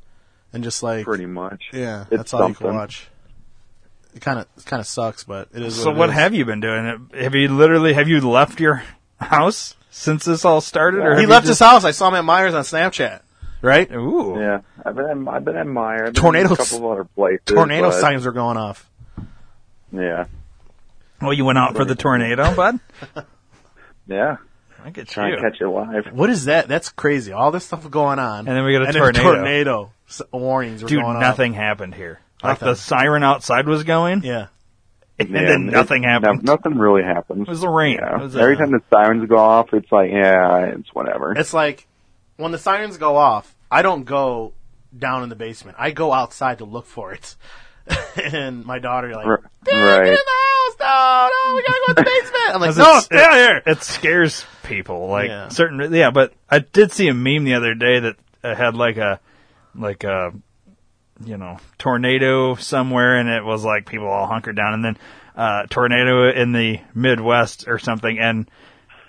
[SPEAKER 4] and just like
[SPEAKER 7] Pretty much.
[SPEAKER 4] yeah,
[SPEAKER 7] It's
[SPEAKER 4] that's all you
[SPEAKER 7] something.
[SPEAKER 4] can watch. It kind of kind of sucks, but it is.
[SPEAKER 1] So
[SPEAKER 4] it
[SPEAKER 1] what
[SPEAKER 4] is.
[SPEAKER 1] have you been doing? Have you literally have you left your house since this all started? Or have
[SPEAKER 4] He
[SPEAKER 1] you
[SPEAKER 4] left his
[SPEAKER 1] just-
[SPEAKER 4] house. I saw him at Myers on Snapchat. Right?
[SPEAKER 1] Ooh,
[SPEAKER 7] Yeah, I've been at, I've been at Meyer. I've been
[SPEAKER 4] Tornado
[SPEAKER 7] in a couple of other places.
[SPEAKER 4] Tornado
[SPEAKER 7] but,
[SPEAKER 4] signs were going off.
[SPEAKER 7] Yeah,
[SPEAKER 1] well, you went out for the tornado, bud.
[SPEAKER 7] yeah.
[SPEAKER 1] I get
[SPEAKER 7] Try
[SPEAKER 1] you.
[SPEAKER 7] and catch it live.
[SPEAKER 4] What is that? That's crazy. All this stuff going on,
[SPEAKER 1] And then we got a
[SPEAKER 4] and
[SPEAKER 1] tornado.
[SPEAKER 4] tornado s- warnings were
[SPEAKER 1] Dude,
[SPEAKER 4] going
[SPEAKER 1] nothing happened here. Like
[SPEAKER 4] Nothing.
[SPEAKER 1] the siren outside was going,
[SPEAKER 4] off. Yeah,
[SPEAKER 1] and
[SPEAKER 7] Yeah,
[SPEAKER 1] then nothing
[SPEAKER 7] it-
[SPEAKER 1] happened.
[SPEAKER 7] no- nothing really happened.
[SPEAKER 1] It was the rain.
[SPEAKER 7] Yeah.
[SPEAKER 1] It was, uh,
[SPEAKER 7] Every time the sirens go off, it's like, yeah, it's whatever.
[SPEAKER 4] it's like when the sirens go off. I don't go down in the basement. I go outside to look for it. *laughs* and my daughter like,
[SPEAKER 7] R-
[SPEAKER 4] "Get in
[SPEAKER 7] right.
[SPEAKER 4] the house! No, no, we gotta go to
[SPEAKER 7] *laughs*
[SPEAKER 4] the basement." I'm like,
[SPEAKER 1] Because
[SPEAKER 4] "No,
[SPEAKER 1] it's-
[SPEAKER 4] stay out here."
[SPEAKER 1] It scares people, like
[SPEAKER 4] Yeah.
[SPEAKER 1] certain. Yeah, but I did see a meme the other day that uh, had like a, like a, you know, tornado somewhere, and it was like people all hunkered down, and then uh, tornado in the Midwest or something, and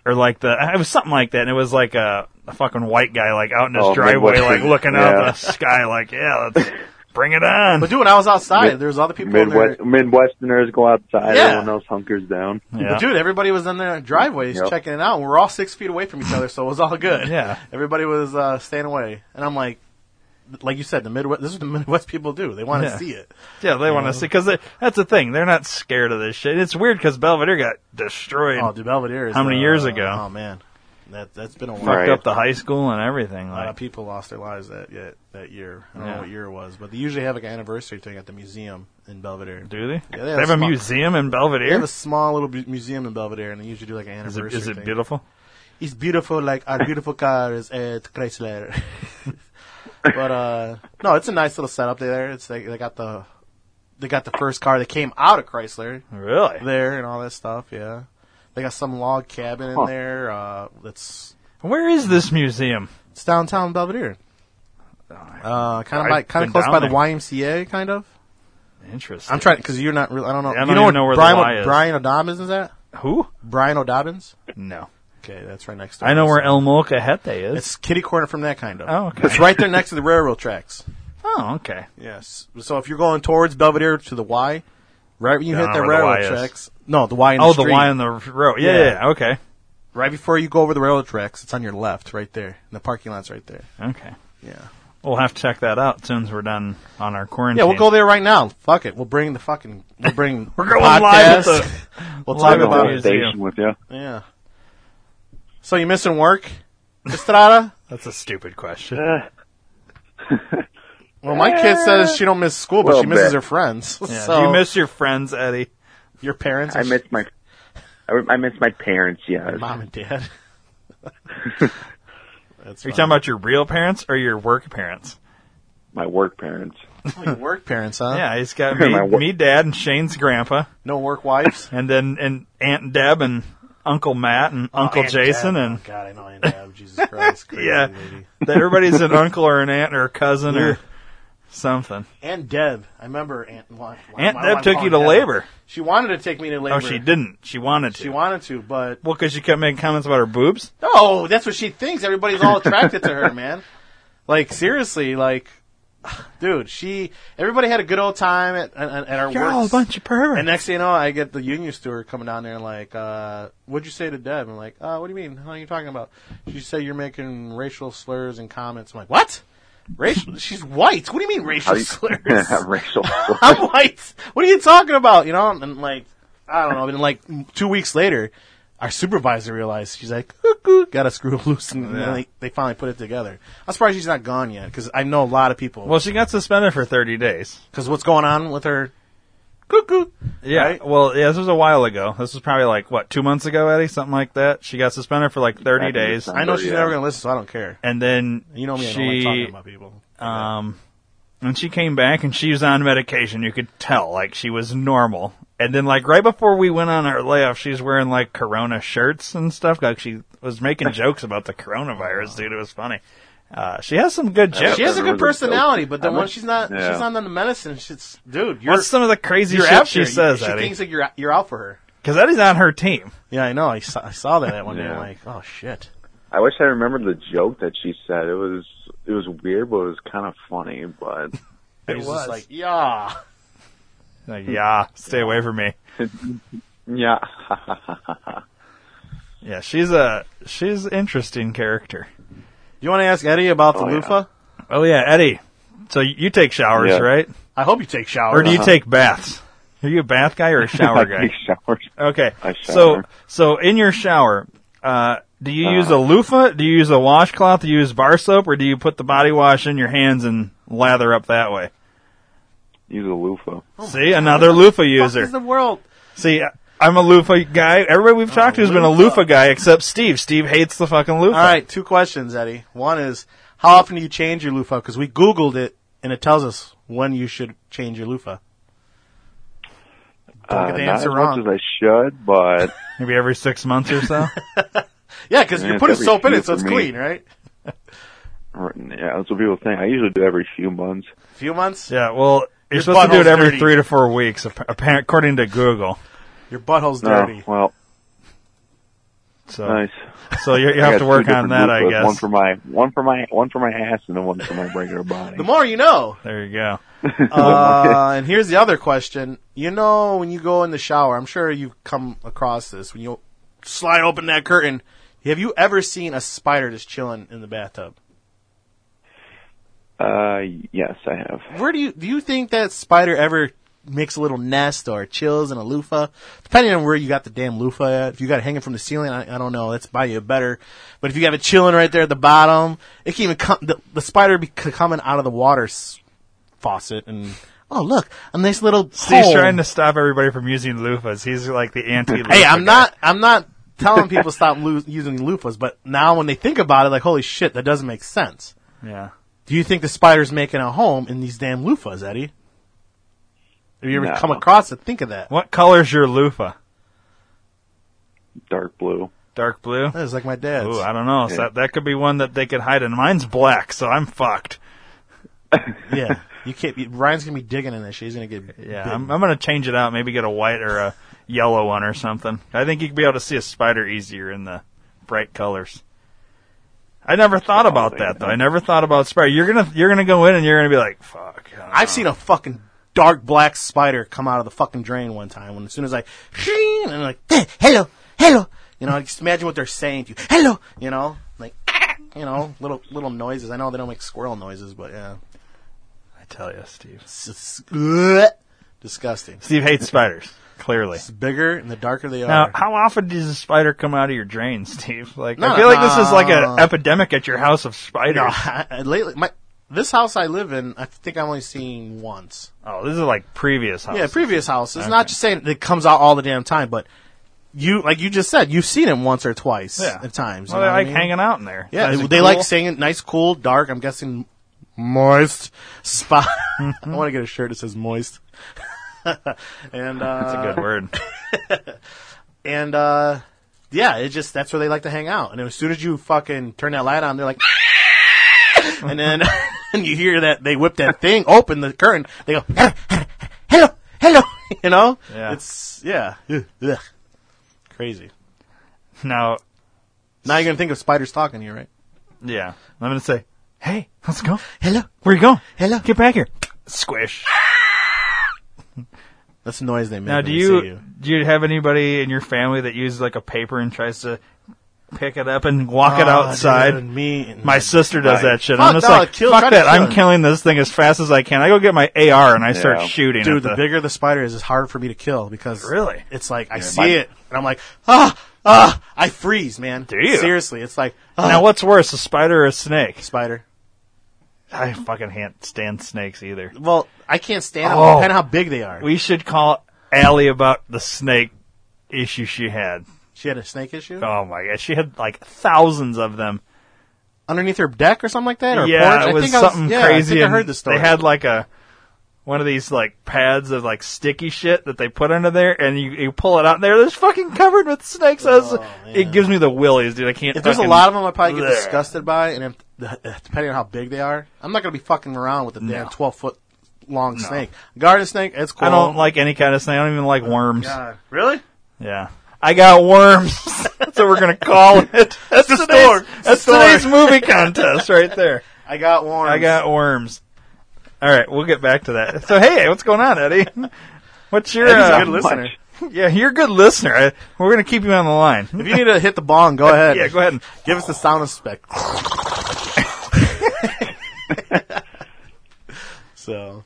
[SPEAKER 1] or like the it was something like that, and it was like a, a fucking white guy like out in his
[SPEAKER 7] Oh,
[SPEAKER 1] driveway,
[SPEAKER 7] Midwestern.
[SPEAKER 1] like looking
[SPEAKER 7] Yeah.
[SPEAKER 1] out the sky, like yeah, let's bring it on.
[SPEAKER 4] But dude, when I was outside,
[SPEAKER 7] Mid-
[SPEAKER 4] there was other people in there.
[SPEAKER 7] Midwest, Midwesterners go outside.
[SPEAKER 4] Yeah.
[SPEAKER 7] Everyone else hunkers down.
[SPEAKER 1] Yeah.
[SPEAKER 4] But dude, everybody was in their driveways
[SPEAKER 7] Yep.
[SPEAKER 4] checking it out. and We're all six feet away from each other, so it was all good.
[SPEAKER 1] Yeah.
[SPEAKER 4] Everybody was uh, staying away, and I'm like, like you said, the Midwest. This is what the Midwest people do. They want to
[SPEAKER 1] Yeah.
[SPEAKER 4] see it.
[SPEAKER 1] Yeah, they want to see because that's the thing. They're not scared of this shit. It's weird because Belvedere got destroyed,
[SPEAKER 4] Oh, dude, Belvedere. Is,
[SPEAKER 1] How many
[SPEAKER 4] uh,
[SPEAKER 1] years ago?
[SPEAKER 4] Oh man, that that's been a while.
[SPEAKER 1] fucked
[SPEAKER 7] Right.
[SPEAKER 1] up the high school and everything.
[SPEAKER 4] A lot of
[SPEAKER 1] Like,
[SPEAKER 4] people lost their lives that that, that year. I don't
[SPEAKER 1] Yeah.
[SPEAKER 4] know what year it was, but they usually have like an anniversary thing at the museum in Belvedere.
[SPEAKER 1] do they?
[SPEAKER 4] Yeah,
[SPEAKER 1] they have a
[SPEAKER 4] small-
[SPEAKER 1] museum in
[SPEAKER 4] They have
[SPEAKER 1] Belvedere.
[SPEAKER 4] a small little bu- museum in Belvedere, and they usually do like an
[SPEAKER 1] Is
[SPEAKER 4] anniversary.
[SPEAKER 1] it, is it
[SPEAKER 4] thing.
[SPEAKER 1] beautiful?
[SPEAKER 4] It's beautiful, like our beautiful car is at Chrysler. *laughs* but uh no, it's a nice little setup there. It's they, they got the they got the first car that came out of Chrysler
[SPEAKER 1] Really?
[SPEAKER 4] there and all that stuff. Yeah, they got some log cabin in
[SPEAKER 7] Huh.
[SPEAKER 4] there. Uh That's
[SPEAKER 1] Where is this museum?
[SPEAKER 4] it's downtown Belvedere. Uh, kind of
[SPEAKER 1] I've
[SPEAKER 4] by, kind
[SPEAKER 1] been
[SPEAKER 4] of close
[SPEAKER 1] down
[SPEAKER 4] by
[SPEAKER 1] there.
[SPEAKER 4] the YMCA, kind of.
[SPEAKER 1] Interesting.
[SPEAKER 4] I'm trying because you're not really. I don't know.
[SPEAKER 1] I don't
[SPEAKER 4] you know
[SPEAKER 1] even
[SPEAKER 4] what
[SPEAKER 1] know where the
[SPEAKER 4] Brian,
[SPEAKER 1] Y is.
[SPEAKER 4] Brian O'Dobbins is at?
[SPEAKER 1] Who?
[SPEAKER 4] Brian O'Dobbins.
[SPEAKER 1] No,
[SPEAKER 4] Okay, that's right next. door.
[SPEAKER 1] I know where
[SPEAKER 4] So-
[SPEAKER 1] El Molcajete is.
[SPEAKER 4] It's kitty corner from that kind of.
[SPEAKER 1] Oh, okay.
[SPEAKER 4] It's right there next to the railroad tracks.
[SPEAKER 1] oh, okay.
[SPEAKER 4] Yes. So if you're going towards Belvedere to the Y, right when you
[SPEAKER 1] Yeah, I
[SPEAKER 4] hit
[SPEAKER 1] don't
[SPEAKER 4] the
[SPEAKER 1] know where the
[SPEAKER 4] railroad
[SPEAKER 1] Y is.
[SPEAKER 4] tracks. No, the Y in
[SPEAKER 1] Oh,
[SPEAKER 4] the
[SPEAKER 1] the
[SPEAKER 4] street.
[SPEAKER 1] Y on the road. Yeah,
[SPEAKER 4] Yeah.
[SPEAKER 1] yeah. yeah, Okay.
[SPEAKER 4] Right before you go over the railroad tracks, it's on your left, right there. And the parking lot's right there.
[SPEAKER 1] Okay.
[SPEAKER 4] Yeah.
[SPEAKER 1] We'll have to check that out soon as we're done on our quarantine.
[SPEAKER 4] Yeah, we'll go there right now. Fuck it. We'll bring the fucking. We'll bring.
[SPEAKER 1] *laughs* We're going
[SPEAKER 4] podcast.
[SPEAKER 1] live with the.
[SPEAKER 4] We'll
[SPEAKER 1] live
[SPEAKER 4] talk
[SPEAKER 7] I'm
[SPEAKER 1] with
[SPEAKER 4] about
[SPEAKER 7] on
[SPEAKER 1] the-
[SPEAKER 4] it.
[SPEAKER 7] station with you.
[SPEAKER 4] Yeah. So you missing work, Estrada?
[SPEAKER 1] That's a stupid question.
[SPEAKER 7] Eh,
[SPEAKER 4] Well, my kid says she don't miss school, but she
[SPEAKER 7] Little
[SPEAKER 4] misses
[SPEAKER 7] bit.
[SPEAKER 4] her friends.
[SPEAKER 1] Yeah.
[SPEAKER 4] *laughs* So
[SPEAKER 1] you miss your friends, Eddie.
[SPEAKER 4] your parents?
[SPEAKER 7] I miss my. I, I miss my parents. Yes.
[SPEAKER 4] mom and dad. *laughs* That's
[SPEAKER 1] Are you
[SPEAKER 4] fine.
[SPEAKER 1] talking about your real parents or your work parents?
[SPEAKER 7] My
[SPEAKER 4] *laughs*
[SPEAKER 7] work parents.
[SPEAKER 4] Your work parents, huh?
[SPEAKER 1] Yeah, he's
[SPEAKER 4] *laughs*
[SPEAKER 1] got me,
[SPEAKER 7] My wo-
[SPEAKER 1] me, dad, and Shane's grandpa,
[SPEAKER 4] No work wives.
[SPEAKER 1] and then and Aunt Deb and Uncle Matt and *laughs* Uncle
[SPEAKER 4] Oh, Aunt
[SPEAKER 1] Jason
[SPEAKER 4] Deb.
[SPEAKER 1] and
[SPEAKER 4] oh, God, I know Aunt Deb. *laughs* Jesus Christ, crazy
[SPEAKER 1] Yeah.
[SPEAKER 4] lady.
[SPEAKER 1] everybody's
[SPEAKER 4] *laughs*
[SPEAKER 1] an uncle or an aunt or a cousin or something.
[SPEAKER 4] Aunt Deb. I remember Aunt. Why, why
[SPEAKER 1] Aunt
[SPEAKER 4] am I
[SPEAKER 1] Deb took
[SPEAKER 4] calling
[SPEAKER 1] you to
[SPEAKER 4] Deb?
[SPEAKER 1] labor.
[SPEAKER 4] She wanted to take me to labor.
[SPEAKER 1] Oh, she didn't. She wanted to.
[SPEAKER 4] She wanted to, but
[SPEAKER 1] well, because you kept making comments about her boobs.
[SPEAKER 4] no, Oh, that's what she thinks. Everybody's all attracted to her, man. Like seriously, like, dude, she. Everybody had a good old time at at, at our
[SPEAKER 1] You're
[SPEAKER 4] works.
[SPEAKER 1] all a bunch of perverts.
[SPEAKER 4] And next thing you know, I get the union steward coming down there and like, uh, what'd you say to Deb? I'm like, uh, what do you mean? How are you talking about? She said you're making racial slurs and comments. I'm like, what? Racial? She's white. What do you mean racial
[SPEAKER 7] How *laughs* do you-
[SPEAKER 4] slurs?
[SPEAKER 7] racial.
[SPEAKER 4] *laughs* I'm white. What are you talking about? You know, and like, I don't know. And like two weeks later, our supervisor realized she's like, cuckoo, got to screw loose, and then
[SPEAKER 1] Yeah.
[SPEAKER 4] they, they finally put it together. I'm surprised she's not gone yet because I know a lot of people.
[SPEAKER 1] Well, she got suspended for thirty days.
[SPEAKER 4] Because what's going on with her? Cuckoo.
[SPEAKER 1] Yeah.
[SPEAKER 4] Right?
[SPEAKER 1] Well, yeah, this was a while ago. This was probably like what two months ago, Eddie, something like that. She got suspended for like thirty
[SPEAKER 7] Back in
[SPEAKER 1] days,
[SPEAKER 7] December.
[SPEAKER 4] I know she's
[SPEAKER 7] Yeah.
[SPEAKER 4] never going to listen, so I don't care.
[SPEAKER 1] and then
[SPEAKER 4] You know me, I
[SPEAKER 1] She
[SPEAKER 4] don't like talking about people.
[SPEAKER 1] Um, and she came back and she was on medication. You could tell, like, she was normal. And then, like, right before we went on our layoff, she's wearing, like, Corona shirts and stuff. Like, she was making jokes about the coronavirus, dude. It was funny. Uh, she has some good jokes.
[SPEAKER 4] She has a
[SPEAKER 7] Everyone
[SPEAKER 4] good
[SPEAKER 7] was a
[SPEAKER 4] personality, but then
[SPEAKER 7] I'm
[SPEAKER 4] when
[SPEAKER 7] like-
[SPEAKER 4] she's not,
[SPEAKER 7] Yeah.
[SPEAKER 4] she's not on the medicine. She's dude, you're
[SPEAKER 1] What's some of the crazy
[SPEAKER 4] you're
[SPEAKER 1] shit
[SPEAKER 4] after
[SPEAKER 1] she
[SPEAKER 4] her.
[SPEAKER 1] says,
[SPEAKER 4] she
[SPEAKER 1] Eddie?
[SPEAKER 4] thinks that you're you're out for her.
[SPEAKER 1] Because Eddie's on her team.
[SPEAKER 4] Yeah, I know. I saw, I saw that at one day.
[SPEAKER 7] Yeah.
[SPEAKER 4] I'm like, oh shit.
[SPEAKER 7] I wish I remembered the joke that she said. It was it was weird, but it was kind of funny. But
[SPEAKER 4] It was like, yeah.
[SPEAKER 1] Like, Uh, yeah, stay away from me.
[SPEAKER 7] *laughs* Yeah.
[SPEAKER 1] Yeah, she's a she's interesting character.
[SPEAKER 4] You want to ask Eddie about the
[SPEAKER 7] Oh, yeah.
[SPEAKER 4] loofah?
[SPEAKER 1] Oh yeah, Eddie. So you take showers,
[SPEAKER 7] Yeah.
[SPEAKER 1] right?
[SPEAKER 4] I hope you take showers.
[SPEAKER 1] Or do you take baths? Are you a bath guy or a shower
[SPEAKER 7] *laughs* I
[SPEAKER 1] guy?
[SPEAKER 7] take showers.
[SPEAKER 1] Okay.
[SPEAKER 7] I
[SPEAKER 1] So
[SPEAKER 7] shower. Uh-huh.
[SPEAKER 1] so in your shower, uh, do you use a loofah? Do you use a washcloth? Do you use bar soap, or do you put the body wash in your hands and lather up that way?
[SPEAKER 7] Use a loofah.
[SPEAKER 1] See, another loofah
[SPEAKER 4] Oh What
[SPEAKER 1] user.
[SPEAKER 4] is the world?
[SPEAKER 1] See, I'm a loofah guy. Everybody we've talked to has been a loofah guy, except Steve. Steve hates the fucking loofah.
[SPEAKER 4] All right, two questions, Eddie. One is how often do you change your loofah? Because we Googled it and it tells us when you should change your loofah. Don't
[SPEAKER 7] Uh,
[SPEAKER 4] get the
[SPEAKER 7] not
[SPEAKER 4] answer
[SPEAKER 7] as
[SPEAKER 4] wrong.
[SPEAKER 7] much as I should, but *laughs*
[SPEAKER 1] Maybe every six months or
[SPEAKER 4] *laughs*
[SPEAKER 1] so.
[SPEAKER 4] yeah, because
[SPEAKER 7] Man,
[SPEAKER 4] you're
[SPEAKER 7] it's
[SPEAKER 4] putting
[SPEAKER 7] every
[SPEAKER 4] soap in
[SPEAKER 7] few
[SPEAKER 4] it, so
[SPEAKER 7] for
[SPEAKER 4] it's
[SPEAKER 7] me.
[SPEAKER 4] clean, right?
[SPEAKER 7] yeah, that's what people think. I usually do every few months.
[SPEAKER 4] A few months.
[SPEAKER 1] yeah. Well, you're
[SPEAKER 4] Your
[SPEAKER 1] supposed to do it
[SPEAKER 4] butthole's
[SPEAKER 1] every
[SPEAKER 4] dirty.
[SPEAKER 1] three to four weeks, appa- appa- according to Google.
[SPEAKER 4] Your butthole's
[SPEAKER 7] No,
[SPEAKER 4] dirty.
[SPEAKER 7] Oh, well,
[SPEAKER 1] So,
[SPEAKER 7] nice.
[SPEAKER 1] so you, you
[SPEAKER 7] I
[SPEAKER 1] have to
[SPEAKER 7] got two
[SPEAKER 1] work on
[SPEAKER 7] different
[SPEAKER 1] that, I
[SPEAKER 7] loofahs, One
[SPEAKER 1] guess.
[SPEAKER 7] for my, one for my, one for my ass, and then one for my regular
[SPEAKER 1] *laughs*
[SPEAKER 7] body.
[SPEAKER 4] The more you
[SPEAKER 7] *laughs*
[SPEAKER 4] know.
[SPEAKER 1] There you go.
[SPEAKER 4] Uh, and here's the other question. You know, when you go in the shower, I'm sure you've come across this. When you slide open that curtain, have you ever seen a spider just chilling in the bathtub?
[SPEAKER 7] uh, yes, I have.
[SPEAKER 4] Where do you do you think that spider ever makes a little nest or chills in a loofah? Depending on where you got the damn loofah at. If you got it hanging from the ceiling, I, I don't know. That's by you better. But if you have it chilling right there at the bottom, it can even come. The, the spider be c- coming out of the water s- faucet and oh look, a nice little.
[SPEAKER 1] Steve's
[SPEAKER 4] hole.
[SPEAKER 1] trying to stop everybody from using loofahs. He's like the anti.
[SPEAKER 4] *laughs* Hey, I'm not.
[SPEAKER 1] *laughs*
[SPEAKER 4] I'm not telling people stop lo- using loofahs. But now when they think about it, like holy shit, that doesn't make sense.
[SPEAKER 1] Yeah.
[SPEAKER 4] Do you think the spider's making a home in these damn loofahs, Eddie? Have you ever
[SPEAKER 7] No.
[SPEAKER 4] come across it? Think of that.
[SPEAKER 1] What color's your loofah?
[SPEAKER 7] Dark blue.
[SPEAKER 1] Dark blue.
[SPEAKER 4] That is like my dad's.
[SPEAKER 1] Ooh, I don't know. So
[SPEAKER 7] Yeah.
[SPEAKER 1] that, that could be one that they could hide in. Mine's black, so I'm fucked.
[SPEAKER 4] yeah, you can't. You, Ryan's gonna be digging in that shit. He's gonna get.
[SPEAKER 1] Yeah,
[SPEAKER 4] bitten.
[SPEAKER 1] I'm, I'm gonna change it out. Maybe get a white or a yellow one or something. I think you could be able to see a spider easier in the bright colors. I never thought about that though. I never thought about spider. You're gonna you're gonna go in and you're gonna be like, fuck. I don't
[SPEAKER 4] I've
[SPEAKER 1] know.
[SPEAKER 4] seen a fucking dark black spider come out of the fucking drain one time. When as soon as I, sheen, and I'm like, "Eh, hello, hello, you know, just imagine what they're saying to you. Hello, you know, like, *laughs* "Ah," you know, little little noises. I know they don't make squirrel noises, but yeah, *laughs*
[SPEAKER 1] I tell you, Steve.
[SPEAKER 4] it's, it's ugh, disgusting.
[SPEAKER 1] Steve hates spiders. Clearly.
[SPEAKER 4] It's bigger and the darker they
[SPEAKER 1] Now,
[SPEAKER 4] are.
[SPEAKER 1] how often does a spider come out of your drain, *laughs* Steve? Like, I
[SPEAKER 4] No,
[SPEAKER 1] feel like
[SPEAKER 4] no.
[SPEAKER 1] this is like an epidemic at your house of spiders.
[SPEAKER 4] no, I, *laughs* I- lately my this house I live in, I think I've only seen once.
[SPEAKER 1] Oh, this is like previous house.
[SPEAKER 4] Yeah, previous houses. Not just saying it comes out all the damn time, but you, like you just said, you've seen it once or twice
[SPEAKER 1] Yeah.
[SPEAKER 4] at times. you
[SPEAKER 1] Well,
[SPEAKER 4] know
[SPEAKER 1] they
[SPEAKER 4] what I
[SPEAKER 1] like
[SPEAKER 4] mean?
[SPEAKER 1] hanging out in there.
[SPEAKER 4] Yeah,
[SPEAKER 1] Nice
[SPEAKER 4] they,
[SPEAKER 1] and
[SPEAKER 4] they
[SPEAKER 1] cool.
[SPEAKER 4] like saying it nice, cool, dark. I'm guessing moist *laughs* spot.
[SPEAKER 1] Mm-hmm.
[SPEAKER 4] I want to get a shirt that says moist. *laughs* and uh,
[SPEAKER 1] That's a good word.
[SPEAKER 4] *laughs* and uh, yeah, it just that's where they like to hang out. And as soon as you fucking turn that light on, they're like, *laughs* and then *laughs* and you hear that they whip that thing open the curtain. They go, *laughs* hello, hello, *laughs* you know.
[SPEAKER 1] Yeah.
[SPEAKER 4] It's yeah, Ugh, ugh. crazy.
[SPEAKER 1] Now,
[SPEAKER 4] Now you're gonna think of spiders talking to you, right?
[SPEAKER 1] yeah, I'm gonna say, hey, let's go.
[SPEAKER 4] Hello,
[SPEAKER 1] Where you going?
[SPEAKER 4] hello.
[SPEAKER 1] Get back here. Squish.
[SPEAKER 4] That's the noise they make.
[SPEAKER 1] Now,
[SPEAKER 4] when
[SPEAKER 1] do
[SPEAKER 4] they
[SPEAKER 1] you,
[SPEAKER 4] see you?
[SPEAKER 1] do you have anybody in your family that uses like a paper and tries to pick it up and walk it
[SPEAKER 4] Ah,
[SPEAKER 1] outside?
[SPEAKER 4] dude, me and-
[SPEAKER 1] My sister does
[SPEAKER 7] Right.
[SPEAKER 1] that shit.
[SPEAKER 4] Fuck
[SPEAKER 1] I'm just
[SPEAKER 4] no,
[SPEAKER 1] like,
[SPEAKER 4] kill-
[SPEAKER 1] fuck
[SPEAKER 4] try to
[SPEAKER 1] that.
[SPEAKER 4] kill
[SPEAKER 1] I'm
[SPEAKER 4] him.
[SPEAKER 1] killing this thing as fast as I can. I go get my AR and I start
[SPEAKER 7] Yeah.
[SPEAKER 1] shooting.
[SPEAKER 4] dude.
[SPEAKER 1] at
[SPEAKER 4] The,
[SPEAKER 1] the,
[SPEAKER 4] bigger the spider is, it's harder for me to kill because
[SPEAKER 1] Really?
[SPEAKER 4] it's like I see
[SPEAKER 7] mine-
[SPEAKER 4] it and I'm like ah ah I freeze, man.
[SPEAKER 1] Do you?
[SPEAKER 4] seriously? It's like ah,
[SPEAKER 1] Now, what's worse, a spider or a snake?
[SPEAKER 4] spider.
[SPEAKER 1] I fucking can't stand snakes either.
[SPEAKER 4] Well, I can't stand them.
[SPEAKER 1] Oh.
[SPEAKER 4] Depending how big they are.
[SPEAKER 1] We should call Allie about the snake issue she had.
[SPEAKER 4] she had a snake issue
[SPEAKER 1] Oh my god, she had like thousands of them.
[SPEAKER 4] underneath her deck or something like that. Or a
[SPEAKER 1] yeah,
[SPEAKER 4] porch?
[SPEAKER 1] it
[SPEAKER 4] I
[SPEAKER 1] was
[SPEAKER 4] think
[SPEAKER 1] something
[SPEAKER 4] I was, yeah,
[SPEAKER 1] crazy.
[SPEAKER 4] I think I
[SPEAKER 1] and
[SPEAKER 4] heard the story.
[SPEAKER 1] They had like a one of these like pads of like sticky shit that they put under there, and you, you pull it out, and there, it's fucking covered with snakes. I was-
[SPEAKER 4] Oh,
[SPEAKER 1] it
[SPEAKER 4] man.
[SPEAKER 1] gives me the willies, dude. I can't.
[SPEAKER 4] if there's a
[SPEAKER 1] fucking-
[SPEAKER 4] lot of them, I probably get
[SPEAKER 1] Blech.
[SPEAKER 4] disgusted by, and if, depending on how big they are, I'm not gonna be fucking around with a damn twelve foot long snake. Garden snake, it's cool.
[SPEAKER 1] I don't like any kind of snake. I don't even like worms.
[SPEAKER 4] God. Really?
[SPEAKER 1] Yeah. I got worms. *laughs* That's what we're gonna call it. That's
[SPEAKER 4] the
[SPEAKER 1] today's-
[SPEAKER 4] store. It's the
[SPEAKER 1] That's
[SPEAKER 4] store.
[SPEAKER 1] today's movie contest right there.
[SPEAKER 4] I got one.
[SPEAKER 1] I got worms. All right, we'll get back to that. So hey, what's going on, Eddie? *laughs* What's your?
[SPEAKER 4] Eddie's a
[SPEAKER 1] Uh,
[SPEAKER 4] good listener.
[SPEAKER 1] *laughs*
[SPEAKER 7] much.
[SPEAKER 1] yeah, you're a good listener. I, we're gonna keep you on the line.
[SPEAKER 4] If you need to hit the bong, go ahead.
[SPEAKER 1] *laughs* Yeah, go ahead. and-
[SPEAKER 4] Give us the sound
[SPEAKER 7] *laughs*
[SPEAKER 4] effect. so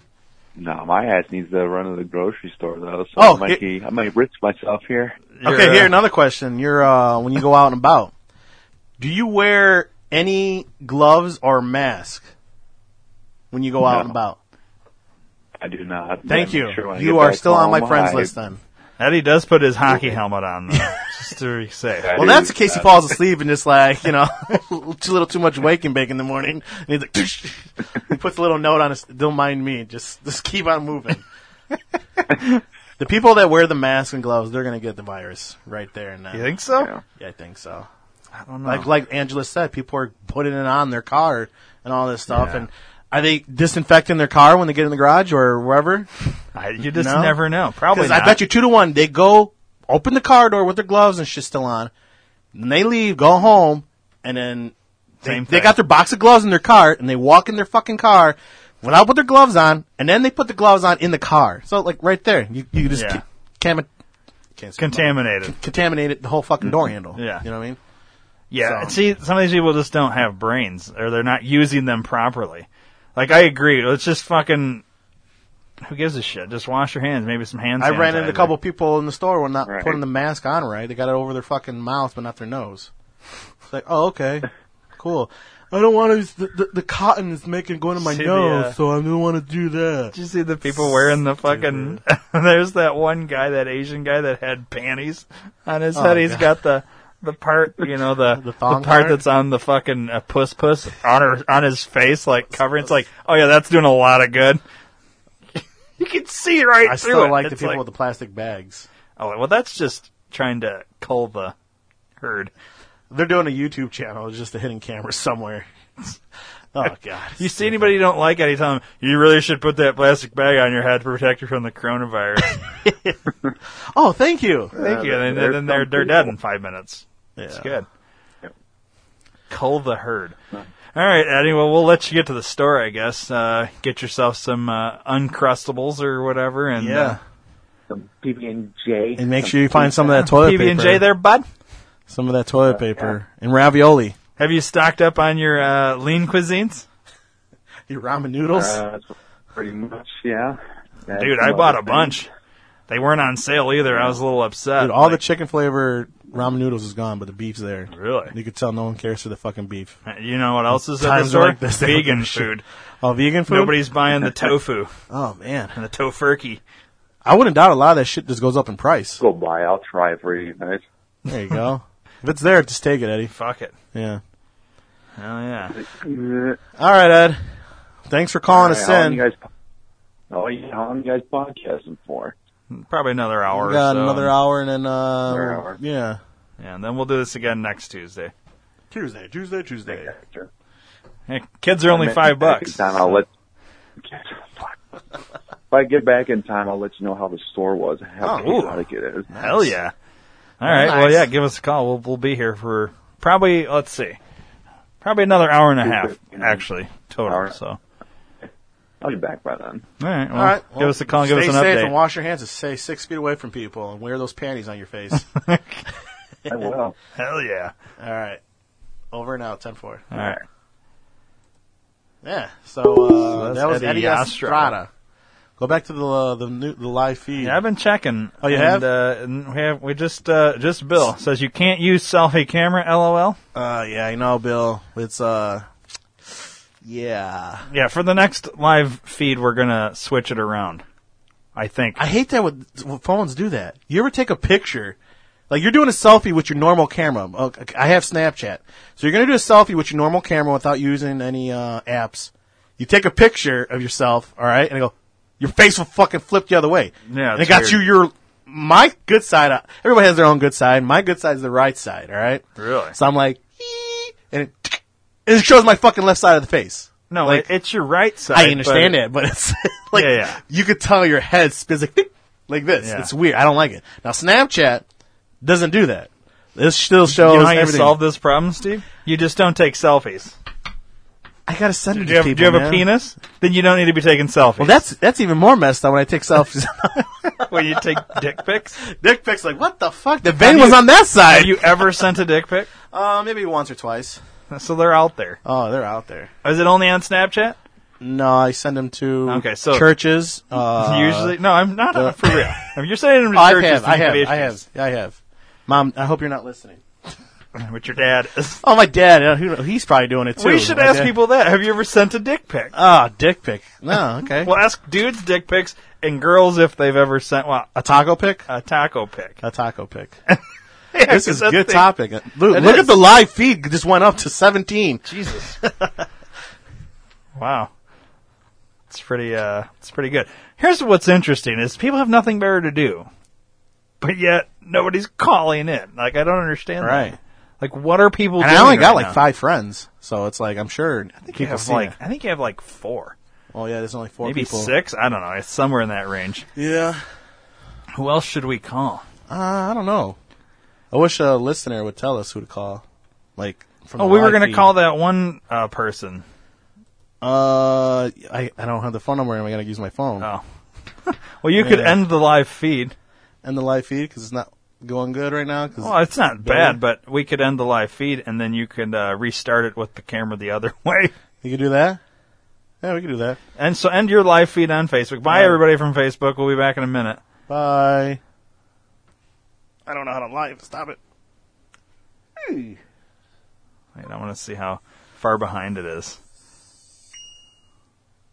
[SPEAKER 7] No, my ass needs to run to the grocery store though. So
[SPEAKER 4] Oh,
[SPEAKER 7] I might be, I might risk myself here.
[SPEAKER 1] you're,
[SPEAKER 4] okay,
[SPEAKER 1] uh,
[SPEAKER 4] here another question. You're uh, when you go out and about, do you wear any gloves or mask when you go out
[SPEAKER 7] No.
[SPEAKER 4] and about?
[SPEAKER 7] I do not.
[SPEAKER 4] Thank
[SPEAKER 7] I
[SPEAKER 4] you.
[SPEAKER 7] make sure when I
[SPEAKER 4] you
[SPEAKER 7] get
[SPEAKER 4] are
[SPEAKER 7] back
[SPEAKER 4] still on my
[SPEAKER 7] home,
[SPEAKER 4] friends
[SPEAKER 7] I-
[SPEAKER 4] list then.
[SPEAKER 1] Eddie does put his hockey helmet on though,
[SPEAKER 4] *laughs*
[SPEAKER 1] just to be safe.
[SPEAKER 7] I
[SPEAKER 4] Well,
[SPEAKER 7] do
[SPEAKER 4] that's in case he
[SPEAKER 7] that.
[SPEAKER 4] falls asleep and just like you know, *laughs* a little too much wake and bake in the morning. And he's like, he puts a little note on his. Don't mind me. Just just keep on moving. the people that wear the mask and gloves, they're gonna get the virus right there and now.
[SPEAKER 1] You think so?
[SPEAKER 7] Yeah.
[SPEAKER 4] Yeah, I think so.
[SPEAKER 1] I don't know.
[SPEAKER 4] Like like Angela said, people are putting it on their car and all this stuff.
[SPEAKER 1] Yeah.
[SPEAKER 4] And are they disinfecting their car when they get in the garage or wherever?
[SPEAKER 1] I, you just
[SPEAKER 4] No?
[SPEAKER 1] never know. Probably.
[SPEAKER 4] Because
[SPEAKER 1] Not.
[SPEAKER 4] I bet you two to one, they go open the car door with their gloves and shit still on. And they leave, go home, and then they,
[SPEAKER 1] Same
[SPEAKER 4] they
[SPEAKER 1] thing.
[SPEAKER 4] got their box of gloves in their car, and they walk in their fucking car without put their gloves on, and then they put the gloves on in the car. So like right there, you you just
[SPEAKER 1] Yeah.
[SPEAKER 4] yeah. cam- can't speak.
[SPEAKER 1] *laughs* contaminated.
[SPEAKER 4] contaminated the whole fucking door handle.
[SPEAKER 1] Yeah.
[SPEAKER 4] you know what I mean.
[SPEAKER 1] Yeah,
[SPEAKER 4] So-
[SPEAKER 1] see, some of these people just don't have brains, or they're not using them properly. Like, I agree. Let's just fucking. Who gives a shit? Just wash your hands. Maybe some hands.
[SPEAKER 4] I ran into a couple people in the store when not
[SPEAKER 7] Right.
[SPEAKER 4] putting the mask on right. They got it over their fucking mouth, but not their nose. It's like,
[SPEAKER 1] *laughs*
[SPEAKER 4] oh, okay, cool. I don't want to. The, the, the cotton is making going to my
[SPEAKER 1] See the,
[SPEAKER 4] nose,
[SPEAKER 1] uh,
[SPEAKER 4] so I don't want to do
[SPEAKER 1] Did
[SPEAKER 4] that.
[SPEAKER 1] you see the people wearing the fucking? *laughs* There's that one guy, that Asian guy that had panties on his head. He's
[SPEAKER 4] Oh, God.
[SPEAKER 1] got the the part, you know,
[SPEAKER 4] *laughs*
[SPEAKER 1] the the,
[SPEAKER 4] thong
[SPEAKER 1] part,
[SPEAKER 4] part?
[SPEAKER 1] that's on the fucking uh, puss puss on her on his face, like covering. It's like, oh yeah, that's doing a lot of good. *laughs* you can see right
[SPEAKER 4] I
[SPEAKER 1] through
[SPEAKER 4] still
[SPEAKER 1] it.
[SPEAKER 4] like the
[SPEAKER 1] It's
[SPEAKER 4] people with the plastic bags.
[SPEAKER 1] Oh well, that's just trying to cull the herd.
[SPEAKER 4] They're doing a YouTube channel. It's just a hidden
[SPEAKER 1] *laughs*
[SPEAKER 4] camera *laughs* somewhere. oh god.
[SPEAKER 1] You see anybody you don't like, Eddie, tell them you really should put that plastic bag on your head to protect you from the coronavirus.
[SPEAKER 4] Oh, thank you.
[SPEAKER 1] Thank you. And then, then they're they're dead in five minutes. It's
[SPEAKER 4] Yeah.
[SPEAKER 1] good. Cull the herd. All right, Eddie. Well, we'll let you get to the store, I guess. Uh, get yourself some uh, uncrustables or whatever, and uh,
[SPEAKER 4] Yeah.
[SPEAKER 7] Some PB and J.
[SPEAKER 4] And make sure you find some of that toilet
[SPEAKER 1] PB uh, and
[SPEAKER 4] paper.
[SPEAKER 1] J there, bud.
[SPEAKER 4] Some of that toilet paper and ravioli.
[SPEAKER 1] Have you stocked up on your uh, lean cuisines?
[SPEAKER 4] Your ramen noodles.
[SPEAKER 7] Uh, pretty much, yeah. That's
[SPEAKER 1] Dude, I
[SPEAKER 7] another
[SPEAKER 1] bought a
[SPEAKER 7] thing.
[SPEAKER 1] bunch. They weren't on sale either. I was a little upset.
[SPEAKER 4] Dude, all
[SPEAKER 1] Like,
[SPEAKER 4] the chicken flavor ramen noodles is gone, but the beef's there.
[SPEAKER 1] Really? Uh,
[SPEAKER 4] You could tell no one cares for the fucking beef.
[SPEAKER 1] You know what else is at the
[SPEAKER 4] Times
[SPEAKER 1] store?
[SPEAKER 4] like this, they *laughs* don't
[SPEAKER 1] Vegan
[SPEAKER 4] give a shit.
[SPEAKER 1] food.
[SPEAKER 4] Oh, vegan food?
[SPEAKER 1] Nobody's buying the tofu
[SPEAKER 4] Oh man,
[SPEAKER 1] and the tofurkey.
[SPEAKER 4] I wouldn't doubt a lot of that shit just goes up in price.
[SPEAKER 7] Go by. I'll try for you guys.
[SPEAKER 4] There
[SPEAKER 1] *laughs*
[SPEAKER 4] you go. if it's there, just take it, Eddie.
[SPEAKER 1] Fuck it.
[SPEAKER 4] Yeah.
[SPEAKER 1] Hell yeah.
[SPEAKER 4] All right, Ed. Thanks for calling us
[SPEAKER 7] How long
[SPEAKER 4] in.
[SPEAKER 7] you guys? Oh, yeah, how long you guys podcasting for?
[SPEAKER 1] Probably another hour
[SPEAKER 4] we
[SPEAKER 1] or
[SPEAKER 4] got
[SPEAKER 1] so.
[SPEAKER 4] another hour and then uh,
[SPEAKER 7] um, Another hour.
[SPEAKER 4] yeah.
[SPEAKER 1] Yeah, and then we'll do this again next Tuesday. *laughs*
[SPEAKER 4] Tuesday, Tuesday, Tuesday.
[SPEAKER 1] Hey, kids are only five bucks.
[SPEAKER 7] Time I'll let. *laughs* If I get back in time, I'll let you know how the store was. How
[SPEAKER 1] Oh, ooh.
[SPEAKER 7] chaotic it is.
[SPEAKER 1] Hell yeah. All right.
[SPEAKER 4] Nice.
[SPEAKER 1] Well, yeah, give us a call. We'll, we'll be here for probably, let's see, probably another hour and a half, actually, total.
[SPEAKER 7] Hour.
[SPEAKER 1] So, all
[SPEAKER 7] I'll be back by then.
[SPEAKER 1] right. Well,
[SPEAKER 4] All right.
[SPEAKER 1] give us a call and give us
[SPEAKER 4] stay
[SPEAKER 1] an
[SPEAKER 4] safe
[SPEAKER 1] update.
[SPEAKER 4] and wash your hands and stay six feet away from people and wear those panties on your face.
[SPEAKER 1] *laughs*
[SPEAKER 7] I will.
[SPEAKER 1] Hell yeah.
[SPEAKER 4] All right. Over and out. Ten four.
[SPEAKER 1] All right.
[SPEAKER 4] Yeah. So, uh,
[SPEAKER 1] that's
[SPEAKER 4] that was
[SPEAKER 1] Eddie
[SPEAKER 4] Eddie,
[SPEAKER 1] Estrada.
[SPEAKER 4] Estrada. Go back to the uh, the, new, the live feed.
[SPEAKER 1] Yeah, I've been checking.
[SPEAKER 4] Oh, you
[SPEAKER 1] and,
[SPEAKER 4] have?
[SPEAKER 1] Uh, and we have. We just uh, just Bill says you can't use selfie camera. LOL.
[SPEAKER 4] Uh, yeah, I know, Bill. It's uh, yeah.
[SPEAKER 1] Yeah, for the next live feed, we're gonna switch it around. I think.
[SPEAKER 4] I hate that with when phones do that. You ever take a picture? Like you're doing a selfie with your normal camera. Okay, I have Snapchat, so you're gonna do a selfie with your normal camera without using any uh, apps. You take a picture of yourself, all right, and I go, your face will fucking flip the other way.
[SPEAKER 1] Yeah,
[SPEAKER 4] and
[SPEAKER 1] it's
[SPEAKER 4] it got
[SPEAKER 1] weird.
[SPEAKER 4] you your my good side. uh, Everybody has their own good side. My good side's the right side, all right.
[SPEAKER 1] Really?
[SPEAKER 4] So I'm like, "Ee," and it, it shows my fucking left side of the face.
[SPEAKER 1] no,
[SPEAKER 4] like-
[SPEAKER 1] it- it's your right side.
[SPEAKER 4] I understand that, but it's *laughs* like
[SPEAKER 1] Yeah, yeah.
[SPEAKER 4] you could tell your head spins like "Ding," like this.
[SPEAKER 1] Yeah.
[SPEAKER 4] It's weird. I don't like it. Now Snapchat doesn't do that. This still
[SPEAKER 1] but
[SPEAKER 4] shows
[SPEAKER 1] You know how you
[SPEAKER 4] everything.
[SPEAKER 1] solve this problem, Steve? You just don't take selfies.
[SPEAKER 4] I gotta send it
[SPEAKER 1] Do
[SPEAKER 4] to
[SPEAKER 1] you have,
[SPEAKER 4] people.
[SPEAKER 1] do you have a
[SPEAKER 4] man.
[SPEAKER 1] penis? Then you don't need to be taking selfies.
[SPEAKER 4] Well, that's that's even more messed up when I
[SPEAKER 1] *laughs*
[SPEAKER 4] take selfies.
[SPEAKER 1] where you
[SPEAKER 4] *laughs*
[SPEAKER 1] take dick pics.
[SPEAKER 4] Dick pics, like what the fuck? The
[SPEAKER 1] Have
[SPEAKER 4] vein was
[SPEAKER 1] you-
[SPEAKER 4] on that side.
[SPEAKER 1] Have you ever sent a dick pic?
[SPEAKER 4] uh, maybe once or twice.
[SPEAKER 1] So they're out there.
[SPEAKER 4] Oh, they're out there.
[SPEAKER 1] Is it only on Snapchat?
[SPEAKER 4] No, I send them to
[SPEAKER 1] Okay, so-
[SPEAKER 4] churches. Uh,
[SPEAKER 1] Usually, no. I'm not
[SPEAKER 4] uh,
[SPEAKER 1] for
[SPEAKER 4] *laughs*
[SPEAKER 1] real. If you're saying them to
[SPEAKER 4] Oh, I
[SPEAKER 1] churches,
[SPEAKER 4] have, I have,
[SPEAKER 1] then you
[SPEAKER 4] I
[SPEAKER 1] have
[SPEAKER 4] have, I have. Mom, I hope you're not listening.
[SPEAKER 1] issues. *laughs* With your
[SPEAKER 4] *laughs*
[SPEAKER 1] dad. is.
[SPEAKER 4] Oh, my dad. uh, Who, he's probably doing it too.
[SPEAKER 1] we should
[SPEAKER 4] My
[SPEAKER 1] ask
[SPEAKER 4] dad-
[SPEAKER 1] people that. Have you ever sent a dick pic?
[SPEAKER 4] Ah, dick pic. No, okay.
[SPEAKER 1] *laughs* We'll ask dudes dick pics and girls if they've ever sent well,
[SPEAKER 4] a taco pic.
[SPEAKER 1] a taco pic. *laughs*
[SPEAKER 4] A taco pic.
[SPEAKER 1] Yeah,
[SPEAKER 4] This
[SPEAKER 1] 'cause
[SPEAKER 4] is
[SPEAKER 1] that
[SPEAKER 4] good
[SPEAKER 1] thing-
[SPEAKER 4] topic. Look,
[SPEAKER 1] It
[SPEAKER 4] look
[SPEAKER 1] is.
[SPEAKER 4] at the live feed. Just went up to 17.
[SPEAKER 1] Jesus. wow. It's pretty uh it's pretty good. Here's what's interesting is people have nothing better to do. But yet nobody's calling in. Like I don't understand that.
[SPEAKER 4] Right.
[SPEAKER 1] Like what are people
[SPEAKER 4] And
[SPEAKER 1] doing?
[SPEAKER 4] I only
[SPEAKER 1] right
[SPEAKER 4] got like
[SPEAKER 1] now?
[SPEAKER 4] five friends, so it's like I'm sure
[SPEAKER 1] I think you
[SPEAKER 4] people
[SPEAKER 1] have
[SPEAKER 4] see
[SPEAKER 1] like
[SPEAKER 4] it.
[SPEAKER 1] I think you have like four.
[SPEAKER 4] Oh yeah, there's only four
[SPEAKER 1] Maybe
[SPEAKER 4] people.
[SPEAKER 1] six? I don't know. It's somewhere in that range.
[SPEAKER 4] Yeah.
[SPEAKER 1] Who else should we call?
[SPEAKER 4] Uh, I don't know. I wish a listener would tell us who to call. Like, from
[SPEAKER 1] Oh,
[SPEAKER 4] the
[SPEAKER 1] we were
[SPEAKER 4] live
[SPEAKER 1] gonna
[SPEAKER 4] feed.
[SPEAKER 1] call that one uh person.
[SPEAKER 4] Uh, I, I don't have the phone number. and I gotta use my phone
[SPEAKER 1] Oh. *laughs* well you could
[SPEAKER 4] Yeah.
[SPEAKER 1] end the live feed.
[SPEAKER 4] and the live feed because it's not going good right now. 'cause-
[SPEAKER 1] Well, it's not
[SPEAKER 4] Better?
[SPEAKER 1] bad, but we could end the live feed and then you could uh, restart it with the camera the other *laughs* way.
[SPEAKER 4] you could do that. Yeah, we could do that.
[SPEAKER 1] And so end your live feed on Facebook. Bye,
[SPEAKER 4] Yeah.
[SPEAKER 1] everybody from Facebook. We'll be back in a minute.
[SPEAKER 4] Bye. I don't know how to live. Stop it.
[SPEAKER 1] Wait, I want to see how far behind it is.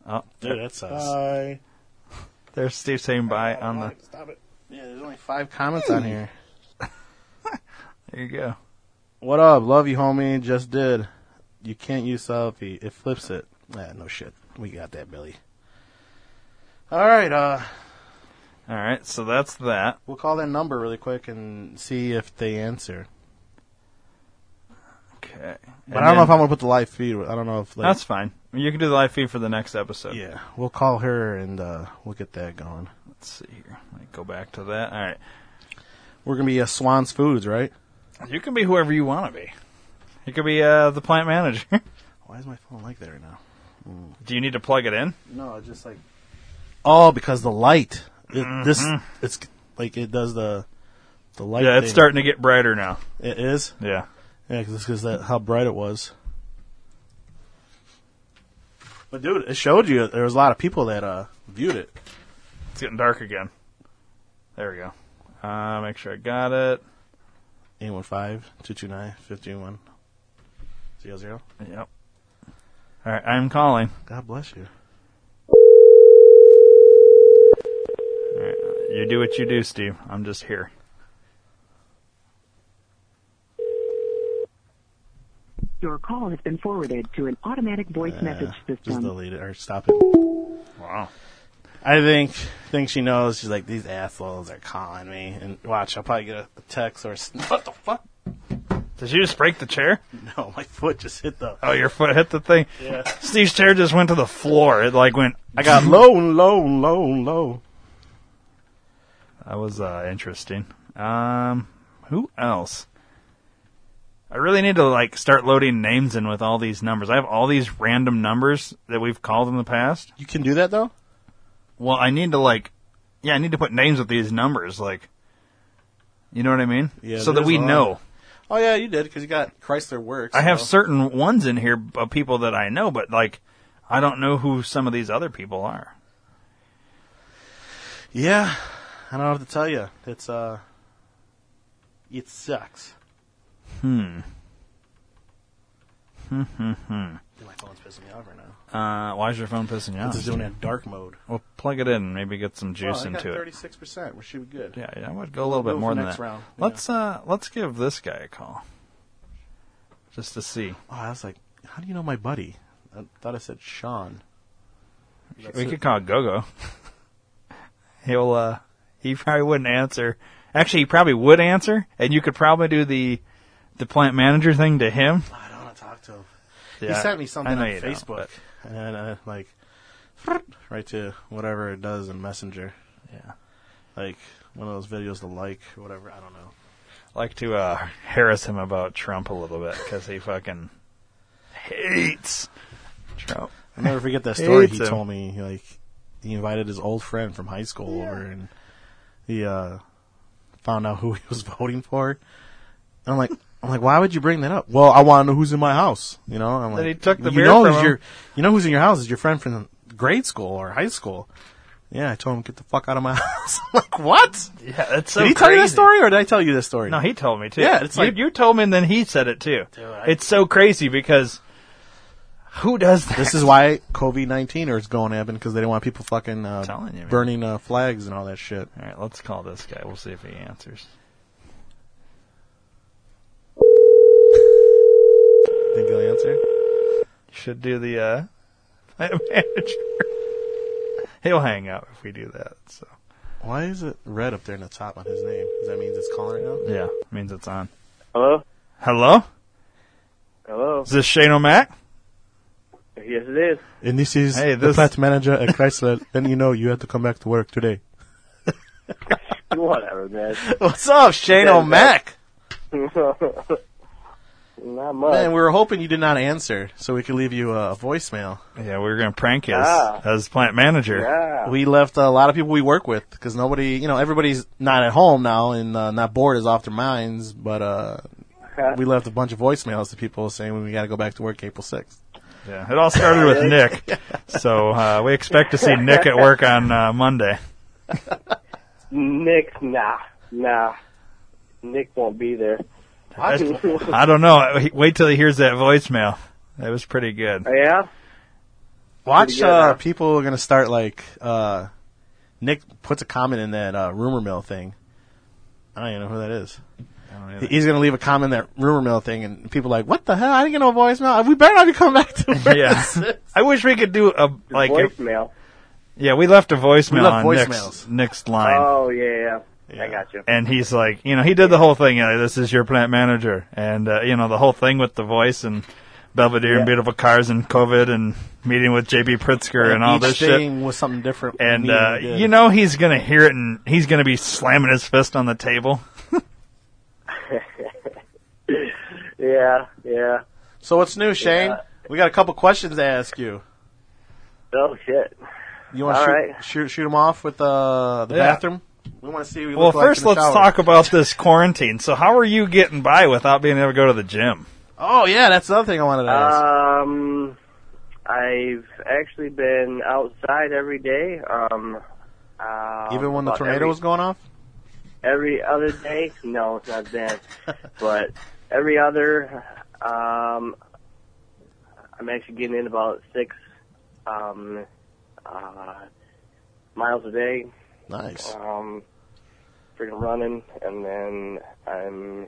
[SPEAKER 1] Oh,
[SPEAKER 8] Dude, that sucks.
[SPEAKER 4] Bye.
[SPEAKER 1] there's Steve saying bye on the.
[SPEAKER 4] Stop it. Yeah, there's only five comments on here.
[SPEAKER 1] There you go.
[SPEAKER 4] What up? Love you, homie. Just did. You can't use selfie. It flips it. Ah, no shit. We got that, Billy. All right. Uh,
[SPEAKER 1] All right, so that's that.
[SPEAKER 4] we'll call that number really quick and see if they answer.
[SPEAKER 1] Okay,
[SPEAKER 4] But I don't know if I'm gonna put the live feed. I don't know if like,
[SPEAKER 1] That's fine. You can do the live feed for the next episode.
[SPEAKER 4] yeah. We'll call her and uh, we'll get that going.
[SPEAKER 1] Let's see here. Let me go back to that. All right.
[SPEAKER 4] We're gonna be a Swans Foods, right?
[SPEAKER 1] You can be whoever you want to be. You could be uh, the plant manager. *laughs*
[SPEAKER 4] Why is my phone like that right now?
[SPEAKER 1] do you need to plug it in?
[SPEAKER 4] No, it's just like. Oh, because the light. It, This it's like it does the the light.
[SPEAKER 1] Yeah, it's
[SPEAKER 4] thing.
[SPEAKER 1] starting to get brighter now.
[SPEAKER 4] It is.
[SPEAKER 1] Yeah.
[SPEAKER 4] Yeah, because that how bright it was. But dude, it showed you there was a lot of people that uh viewed it.
[SPEAKER 1] It's getting dark again. There we go. Uh, make sure I got it.
[SPEAKER 4] 815-229-5100.
[SPEAKER 1] Yep. All right, I'm calling.
[SPEAKER 4] God bless you.
[SPEAKER 1] All right, you do what you do, Steve. I'm just here.
[SPEAKER 9] Your call has been forwarded to an automatic voice message
[SPEAKER 4] Yeah, just
[SPEAKER 9] system.
[SPEAKER 4] delete it or stop it.
[SPEAKER 1] Wow.
[SPEAKER 4] I think think she knows. She's like, these assholes are calling me. And watch, I'll probably get a text or s- *laughs* what the fuck?
[SPEAKER 1] Did you just break the chair?
[SPEAKER 4] *laughs* No, Oh, my foot just hit the.
[SPEAKER 1] Oh, your foot hit the thing.
[SPEAKER 4] Yeah.
[SPEAKER 1] Steve's chair just went to the floor. It like went.
[SPEAKER 4] I got low and low and low and low.
[SPEAKER 1] That was uh, interesting. Um, who else? I really need to like start loading names in with all these numbers. I have all these random numbers that we've called in the past.
[SPEAKER 4] You can do that though.
[SPEAKER 1] Well, I need to like, yeah, I need to put names with these numbers, like, you know what I mean?
[SPEAKER 4] Yeah,
[SPEAKER 1] So that
[SPEAKER 4] there's
[SPEAKER 1] we
[SPEAKER 4] a lot.
[SPEAKER 1] know.
[SPEAKER 4] Oh yeah, you did because you got Chrysler Works.
[SPEAKER 1] I have
[SPEAKER 4] so-
[SPEAKER 1] certain ones in here of people that I know, but like, I don't know who some of these other people are.
[SPEAKER 4] Yeah, I don't have to tell you. It's uh, it sucks. Hmm. Hmm. Hmm. My phone's pissing me off right now.
[SPEAKER 1] Uh, why is your phone pissing you off?
[SPEAKER 4] It's doing that dark mode.
[SPEAKER 1] Well, plug it in, and maybe get some juice into it.
[SPEAKER 4] Thirty-six percent. We should be good.
[SPEAKER 1] Yeah, yeah, I would go a little
[SPEAKER 4] We'll
[SPEAKER 1] bit
[SPEAKER 4] go
[SPEAKER 1] more
[SPEAKER 4] for
[SPEAKER 1] than
[SPEAKER 4] next
[SPEAKER 1] that.
[SPEAKER 4] round, yeah.
[SPEAKER 1] Let's uh, let's give this guy a call, just to see.
[SPEAKER 4] Oh, I was like, how do you know my buddy? I thought I said Sean.
[SPEAKER 1] we could call Gogo. *laughs* He'll uh he probably wouldn't answer. Actually, he probably would answer, and you could probably do the the plant manager thing to him.
[SPEAKER 4] I don't want to talk to him.
[SPEAKER 1] Yeah,
[SPEAKER 4] he sent me
[SPEAKER 1] I
[SPEAKER 4] something
[SPEAKER 1] know
[SPEAKER 4] on
[SPEAKER 1] you don't,
[SPEAKER 4] Facebook,
[SPEAKER 1] but-
[SPEAKER 4] and then uh, like, *laughs* right to whatever it does in Messenger.
[SPEAKER 1] Yeah.
[SPEAKER 4] Like one of those videos to like or whatever. I don't know.
[SPEAKER 1] like to uh harass him about Trump a little bit because he fucking hates Trout.
[SPEAKER 4] I'll never
[SPEAKER 1] *laughs*
[SPEAKER 4] forget that story
[SPEAKER 1] Hates
[SPEAKER 4] he
[SPEAKER 1] him.
[SPEAKER 4] told me. Like he invited his old friend from high school over, and he uh, found out who *laughs* he was voting for. And I'm like, I'm like, why would you bring that up? Well, I want to know who's in my house. You know, I'm like,
[SPEAKER 1] Then he took the
[SPEAKER 4] you
[SPEAKER 1] beer
[SPEAKER 4] know
[SPEAKER 1] from
[SPEAKER 4] who's
[SPEAKER 1] him."
[SPEAKER 4] your, you know who's in your house is your friend from grade school or high school. Yeah, I told him get the fuck out of my *laughs* house. I'm like, what?
[SPEAKER 1] Yeah, that's so
[SPEAKER 4] did he tell you that
[SPEAKER 1] crazy.
[SPEAKER 4] story, or did I tell you this story?
[SPEAKER 1] No, he told me too.
[SPEAKER 4] Yeah, it's
[SPEAKER 1] You-
[SPEAKER 4] like-
[SPEAKER 1] you, told me, and then he said it too.
[SPEAKER 4] I-
[SPEAKER 1] it's so crazy because who does that? *laughs*
[SPEAKER 4] This is why COVID nineteen is going to happen because they don't want people fucking uh,
[SPEAKER 1] telling you, man.
[SPEAKER 4] burning uh, flags and all that shit.
[SPEAKER 1] All right, let's call this guy. We'll see if he answers.
[SPEAKER 4] Think he'll answer?
[SPEAKER 1] Should do the uh, plant *laughs* manager. He'll hang up if we do that. So
[SPEAKER 4] Why is it red up there in the top on his name? Does that mean it's calling right now?
[SPEAKER 1] yeah, means it's on.
[SPEAKER 8] Hello?
[SPEAKER 1] Hello,
[SPEAKER 8] Hello?
[SPEAKER 1] is this Shane O'Mac?
[SPEAKER 8] Yes, it is.
[SPEAKER 4] And this is
[SPEAKER 1] Hey,
[SPEAKER 4] the
[SPEAKER 1] this-
[SPEAKER 4] plant manager at Chrysler. *laughs* then you know you have to come back to work today.
[SPEAKER 8] *laughs* Whatever, man.
[SPEAKER 4] What's up, Shane
[SPEAKER 8] Yeah,
[SPEAKER 4] O'Mac?
[SPEAKER 8] Not much.
[SPEAKER 4] Man, we were hoping you did not answer so we could leave you a voicemail.
[SPEAKER 1] Yeah, we were gonna prank his
[SPEAKER 8] Ah.
[SPEAKER 1] as plant manager.
[SPEAKER 8] yeah.
[SPEAKER 4] We left a lot of people we work with because nobody, you know, everybody's not at home now and uh, not bored is off their minds. But uh, we left a bunch of voicemails to people saying we got to go back to work April 6th.
[SPEAKER 1] Yeah, it all started with
[SPEAKER 8] *laughs*
[SPEAKER 1] Nick. So uh, we expect to see Nick at work on uh, Monday.
[SPEAKER 8] Nick, nah. Nah. Nick won't be there.
[SPEAKER 1] I don't know. Wait till he hears that voicemail. That was pretty good.
[SPEAKER 8] *laughs* yeah?
[SPEAKER 4] Watch
[SPEAKER 8] good,
[SPEAKER 4] uh,
[SPEAKER 8] huh?
[SPEAKER 4] people are gonna start like uh, Nick puts a comment in that uh, rumor mill thing. I don't even know who that is. He- He's gonna leave a comment in that rumor mill thing, and people are like, "What the hell? I didn't get no voicemail. We better not be coming back to work."
[SPEAKER 1] Yeah,
[SPEAKER 4] *laughs*
[SPEAKER 1] *laughs* I wish we could do a like. if-
[SPEAKER 8] Voicemail.
[SPEAKER 1] yeah, we left a voicemail
[SPEAKER 4] We left
[SPEAKER 1] on
[SPEAKER 4] voicemails.
[SPEAKER 1] Nick's, Nick's line,
[SPEAKER 8] Oh, yeah, yeah. I got you.
[SPEAKER 1] and he's like, you know, he did the whole thing. You know, this is your plant manager, and uh, you know the whole thing with the voice and Belvedere and beautiful cars and COVID and meeting with JB Pritzker and, all
[SPEAKER 4] Each
[SPEAKER 1] this shit.
[SPEAKER 4] thing was something different.
[SPEAKER 1] And
[SPEAKER 4] than
[SPEAKER 1] uh,
[SPEAKER 4] he did.
[SPEAKER 1] you know he's gonna hear it, and he's gonna be slamming his fist on the table.
[SPEAKER 8] Yeah, yeah.
[SPEAKER 4] So what's new, Shane? We got a couple questions to ask you.
[SPEAKER 8] Oh, shit.
[SPEAKER 4] You want to
[SPEAKER 8] All
[SPEAKER 4] shoot,
[SPEAKER 8] right.
[SPEAKER 4] shoot shoot them off with uh, the
[SPEAKER 1] Yeah.
[SPEAKER 4] bathroom? We want to see. What you
[SPEAKER 1] Well,
[SPEAKER 4] look like
[SPEAKER 1] first
[SPEAKER 4] in the
[SPEAKER 1] let's
[SPEAKER 4] shower.
[SPEAKER 1] talk about this quarantine. So, how are you getting by without being able to go to the gym?
[SPEAKER 4] Oh yeah, that's another thing I wanted to ask.
[SPEAKER 8] Um, I've actually been outside every day. Um, uh,
[SPEAKER 4] Even when the
[SPEAKER 8] about
[SPEAKER 4] tornado
[SPEAKER 8] every-
[SPEAKER 4] was
[SPEAKER 8] *laughs*
[SPEAKER 4] going off. *laughs*
[SPEAKER 8] every other day. No, it's not that. but every other, um, I'm actually getting in about six um, uh, miles a day.
[SPEAKER 4] Nice.
[SPEAKER 8] Um, freaking running, and then I'm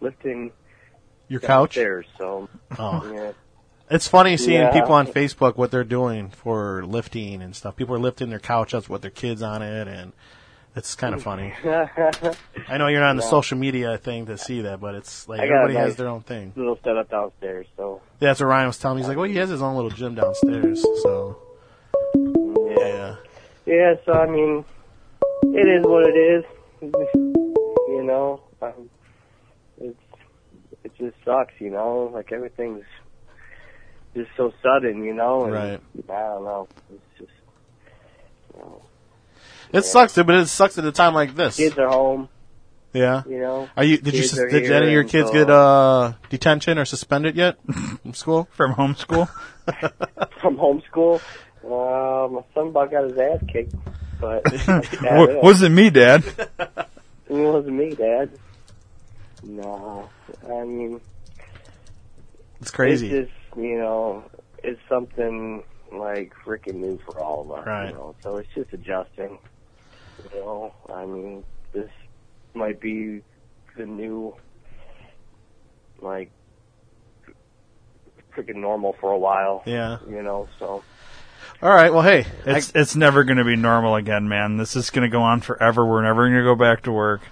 [SPEAKER 8] lifting
[SPEAKER 4] Your couch. Oh.
[SPEAKER 8] stairs. So yeah.
[SPEAKER 4] It's funny seeing
[SPEAKER 8] Yeah.
[SPEAKER 4] people on Facebook what they're doing for lifting and stuff. People are lifting their couch up with their kids on it, and it's kind
[SPEAKER 8] Mm.
[SPEAKER 4] of funny. I know you're not on the social media thing to see that, but it's like
[SPEAKER 8] I got a
[SPEAKER 4] everybody has
[SPEAKER 8] nice-
[SPEAKER 4] their own thing.
[SPEAKER 8] *laughs* little setup downstairs. So
[SPEAKER 4] That's what Ryan was telling me. He's like, well, he has his own little gym downstairs, so
[SPEAKER 8] yeah,
[SPEAKER 4] yeah.
[SPEAKER 8] yeah. So I mean, it is what it is. *laughs* you know, um, it's it just sucks. You know, like everything's just so sudden. You know, and
[SPEAKER 4] Right.
[SPEAKER 8] I don't know. It's just
[SPEAKER 4] It sucks, but it sucks at a time like this.
[SPEAKER 8] kids are home.
[SPEAKER 4] Yeah.
[SPEAKER 8] You know,
[SPEAKER 4] Are you? Did you?
[SPEAKER 8] Kids
[SPEAKER 4] sus-
[SPEAKER 8] are
[SPEAKER 4] Did
[SPEAKER 8] here,
[SPEAKER 4] any of your
[SPEAKER 8] and
[SPEAKER 4] kids
[SPEAKER 8] so-
[SPEAKER 4] get uh detention or suspended
[SPEAKER 8] *laughs*
[SPEAKER 4] yet from school?
[SPEAKER 1] from
[SPEAKER 4] *laughs*
[SPEAKER 1] homeschool.
[SPEAKER 8] from homeschool. Um, my son about got his ass kicked, but *laughs* that's about
[SPEAKER 1] Wa-
[SPEAKER 8] it.
[SPEAKER 1] Wasn't me, Dad.
[SPEAKER 8] It wasn't me, Dad. No, I mean.
[SPEAKER 4] It's crazy.
[SPEAKER 8] It's just you know, it's something like freaking new for all of us.
[SPEAKER 4] Right.
[SPEAKER 8] You know? So it's just adjusting. You know, I mean, this might be the new like freaking normal for a while.
[SPEAKER 4] yeah.
[SPEAKER 8] You know, so
[SPEAKER 4] All right. Well, hey,
[SPEAKER 1] It's it's never going to be normal again, man. This is going to go on forever. We're never going to go back to work.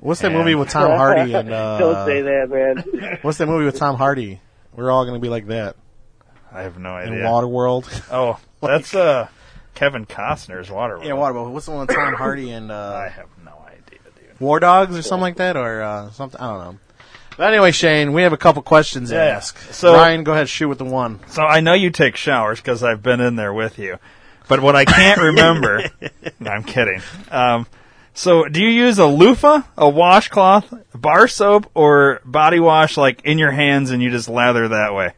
[SPEAKER 4] what's that
[SPEAKER 1] Yeah.
[SPEAKER 4] movie with Tom
[SPEAKER 8] *laughs*
[SPEAKER 4] Hardy and uh,
[SPEAKER 8] don't say that, man.
[SPEAKER 4] What's that movie with Tom Hardy? We're all gonna be like that
[SPEAKER 1] I have no
[SPEAKER 4] in
[SPEAKER 1] idea.
[SPEAKER 4] Waterworld.
[SPEAKER 1] Oh, that's uh Kevin Costner's water.
[SPEAKER 4] *laughs* yeah, Waterworld. What's the one with Tom Hardy and
[SPEAKER 1] I
[SPEAKER 4] uh,
[SPEAKER 1] have no idea, dude.
[SPEAKER 4] War Dogs or something like that, or uh, something? I don't know. But anyway, Shane, we have a couple questions to
[SPEAKER 1] Yeah, yeah.
[SPEAKER 4] ask.
[SPEAKER 1] So-
[SPEAKER 4] Ryan, go ahead, shoot with the one.
[SPEAKER 1] So I know you take showers because I've been in there with you. But what I can't
[SPEAKER 4] *laughs*
[SPEAKER 1] remember, No, I'm kidding. Um, so do you use a loofah, a washcloth, bar soap, or body wash like in your hands and you just lather that way?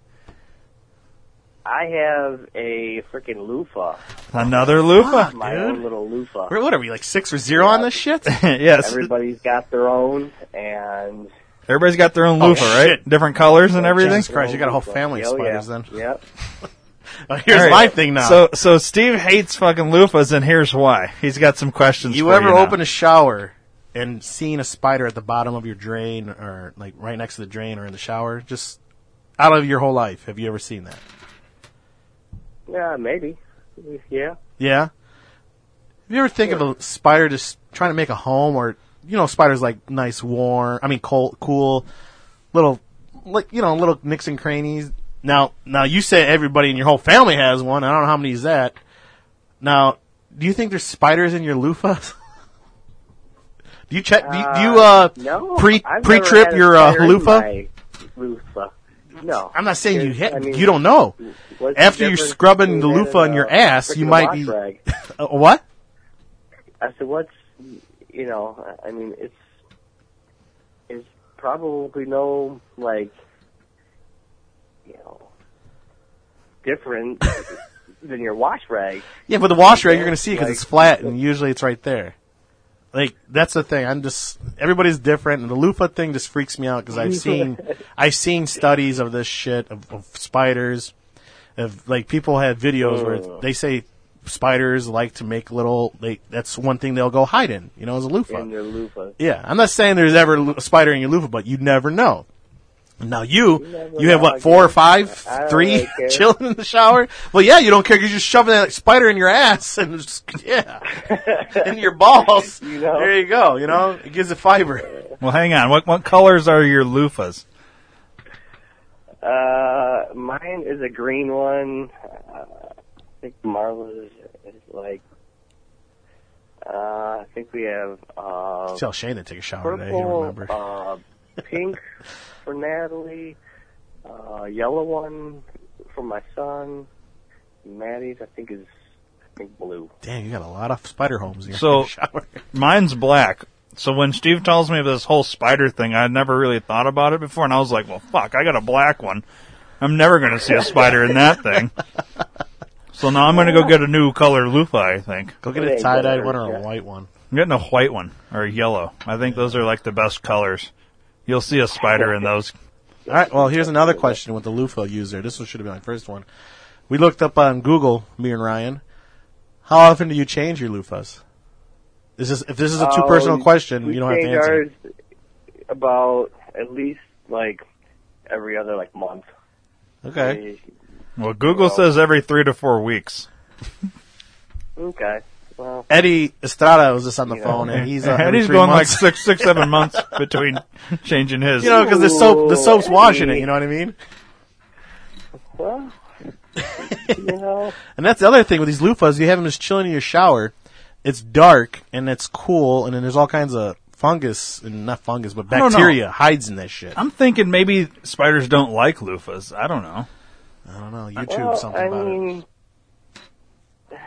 [SPEAKER 8] I have a freaking loofah,
[SPEAKER 1] Another loofah?
[SPEAKER 8] my own little loofah.
[SPEAKER 4] What are we like six or zero on this shit?
[SPEAKER 1] *laughs* yes.
[SPEAKER 8] Everybody's got their own, and
[SPEAKER 1] Everybody's got their own loofah, right? Different colors and everything.
[SPEAKER 4] Oh, Jesus Christ, you got a whole family of
[SPEAKER 8] Oh, yeah.
[SPEAKER 4] spiders then.
[SPEAKER 8] Yep.
[SPEAKER 4] *laughs* Here's
[SPEAKER 1] All right.
[SPEAKER 4] my thing now.
[SPEAKER 1] So, so Steve hates fucking loofahs, and here's why. He's got some questions.
[SPEAKER 4] you
[SPEAKER 1] for
[SPEAKER 4] ever
[SPEAKER 1] you now.
[SPEAKER 4] open a shower and seen a spider at the bottom of your drain or like right next to the drain or in the shower? Just out of your whole life, have you ever seen that?
[SPEAKER 8] Yeah, maybe. Yeah.
[SPEAKER 4] Yeah. Have you ever think of a spider just trying to make a home, or you know, spiders like nice, warm. I mean, cold, cool, little, like you know, little nicks and crannies. Now, now you say everybody in your whole family has one. I don't know how many is that. Now, do you think there's spiders in your loofahs? *laughs* do you check? Do you, do you uh,
[SPEAKER 8] No.
[SPEAKER 4] pre
[SPEAKER 8] I've
[SPEAKER 4] pre
[SPEAKER 8] never
[SPEAKER 4] trip
[SPEAKER 8] had a
[SPEAKER 4] your uh,
[SPEAKER 8] spider in
[SPEAKER 4] loofah?
[SPEAKER 8] my Loofah. No.
[SPEAKER 4] I'm not saying you
[SPEAKER 8] There's-
[SPEAKER 4] hit.
[SPEAKER 8] I mean,
[SPEAKER 4] you don't know.
[SPEAKER 8] what's the
[SPEAKER 4] After you're
[SPEAKER 8] difference
[SPEAKER 4] scrubbing the
[SPEAKER 8] between
[SPEAKER 4] loofah
[SPEAKER 8] that
[SPEAKER 4] in
[SPEAKER 8] and
[SPEAKER 4] your
[SPEAKER 8] a
[SPEAKER 4] ass, you
[SPEAKER 8] freaking
[SPEAKER 4] might
[SPEAKER 8] wash
[SPEAKER 4] be.
[SPEAKER 8] rag?
[SPEAKER 4] Uh, what?
[SPEAKER 8] I said, what's you know? I mean, it's it's probably no like you know
[SPEAKER 4] *laughs*
[SPEAKER 8] different than your wash rag.
[SPEAKER 4] Yeah, but the wash rag you're going to see because
[SPEAKER 8] Like-
[SPEAKER 4] it's flat, and usually it's right there. Like that's the thing. I'm just everybody's different, and the loofah thing just freaks me out because I've seen I've seen studies of this shit of, of spiders. Of like people had videos where they say spiders like to make little. They that's one thing they'll go hide in. You know, is a loofah.
[SPEAKER 8] In your loofah.
[SPEAKER 4] Yeah, I'm not saying there's ever lo- a spider in your loofah, but you never know. Now you, you,
[SPEAKER 8] never
[SPEAKER 4] have
[SPEAKER 8] know,
[SPEAKER 4] what
[SPEAKER 8] I
[SPEAKER 4] four or
[SPEAKER 8] guess.
[SPEAKER 4] five,
[SPEAKER 8] I don't
[SPEAKER 4] three *laughs*
[SPEAKER 8] really care.
[SPEAKER 4] chilling in the shower. Well, yeah, you don't care because you're shoving that spider in your ass and it's just, *laughs*
[SPEAKER 8] *laughs*
[SPEAKER 4] yeah, in your balls.
[SPEAKER 8] You know?
[SPEAKER 4] There you go. You know, it gives it fiber.
[SPEAKER 1] Well, hang on. What what colors are your loofahs?
[SPEAKER 8] Uh, mine is a green one. Uh, I think Marla's is like. Uh, I think we have uh,
[SPEAKER 4] Tell Shane to take a shower today. He'll
[SPEAKER 8] purple,
[SPEAKER 4] remember.
[SPEAKER 8] uh, pink for Natalie, uh, yellow one for my son. Maddie's, I think, is I think blue.
[SPEAKER 4] Damn, you got a lot of spider homes in your
[SPEAKER 1] So-
[SPEAKER 4] *laughs* shower.
[SPEAKER 1] Mine's black. So when Steve tells me of this whole spider thing, I never really thought about it before, and I was like, "Well, fuck, I got a black one. I'm never going to see a spider in that thing." So now I'm going to go get a new color loofah. I think
[SPEAKER 4] Go get
[SPEAKER 8] There
[SPEAKER 4] a
[SPEAKER 8] you go,
[SPEAKER 4] tie dyed one
[SPEAKER 8] Eric,
[SPEAKER 4] or a
[SPEAKER 8] yeah.
[SPEAKER 4] white one.
[SPEAKER 1] I'm getting a white one or a yellow. I think those are like the best colors. You'll see a spider in those.
[SPEAKER 4] All right. Well, here's another question with the loofah user. This one should have been my first one. We looked up on Google, me and Ryan. How often do you change your loofahs? This is if this is a too personal
[SPEAKER 8] Uh,
[SPEAKER 4] question,
[SPEAKER 8] we
[SPEAKER 4] you don't have to
[SPEAKER 8] change
[SPEAKER 4] answer.
[SPEAKER 8] ours About at least like every other like month.
[SPEAKER 4] Okay.
[SPEAKER 1] Well, Google says every three to four weeks.
[SPEAKER 8] Okay. Well,
[SPEAKER 4] Eddie Estrada was just on the
[SPEAKER 8] Yeah.
[SPEAKER 4] phone, and
[SPEAKER 1] *laughs*
[SPEAKER 4] he's uh,
[SPEAKER 1] and
[SPEAKER 4] every
[SPEAKER 1] he's
[SPEAKER 4] three
[SPEAKER 1] going
[SPEAKER 4] months. *laughs*
[SPEAKER 1] like six, six, seven months between changing his.
[SPEAKER 4] you know, because the soap the soap's
[SPEAKER 8] Ooh,
[SPEAKER 4] washing it.
[SPEAKER 8] Eddie.
[SPEAKER 4] You know what I mean? *laughs*
[SPEAKER 8] well, you know,
[SPEAKER 4] And that's the other thing with these loofahs. You have them just chilling in your shower. It's dark and it's cool, and then there's all kinds of fungus and not fungus, but
[SPEAKER 1] I don't know.
[SPEAKER 4] bacteria hides in that shit.
[SPEAKER 1] I'm thinking maybe spiders don't like loofahs. I don't know.
[SPEAKER 4] I don't know. YouTube
[SPEAKER 8] well,
[SPEAKER 4] something
[SPEAKER 8] I
[SPEAKER 4] about it.
[SPEAKER 8] mean, *sighs*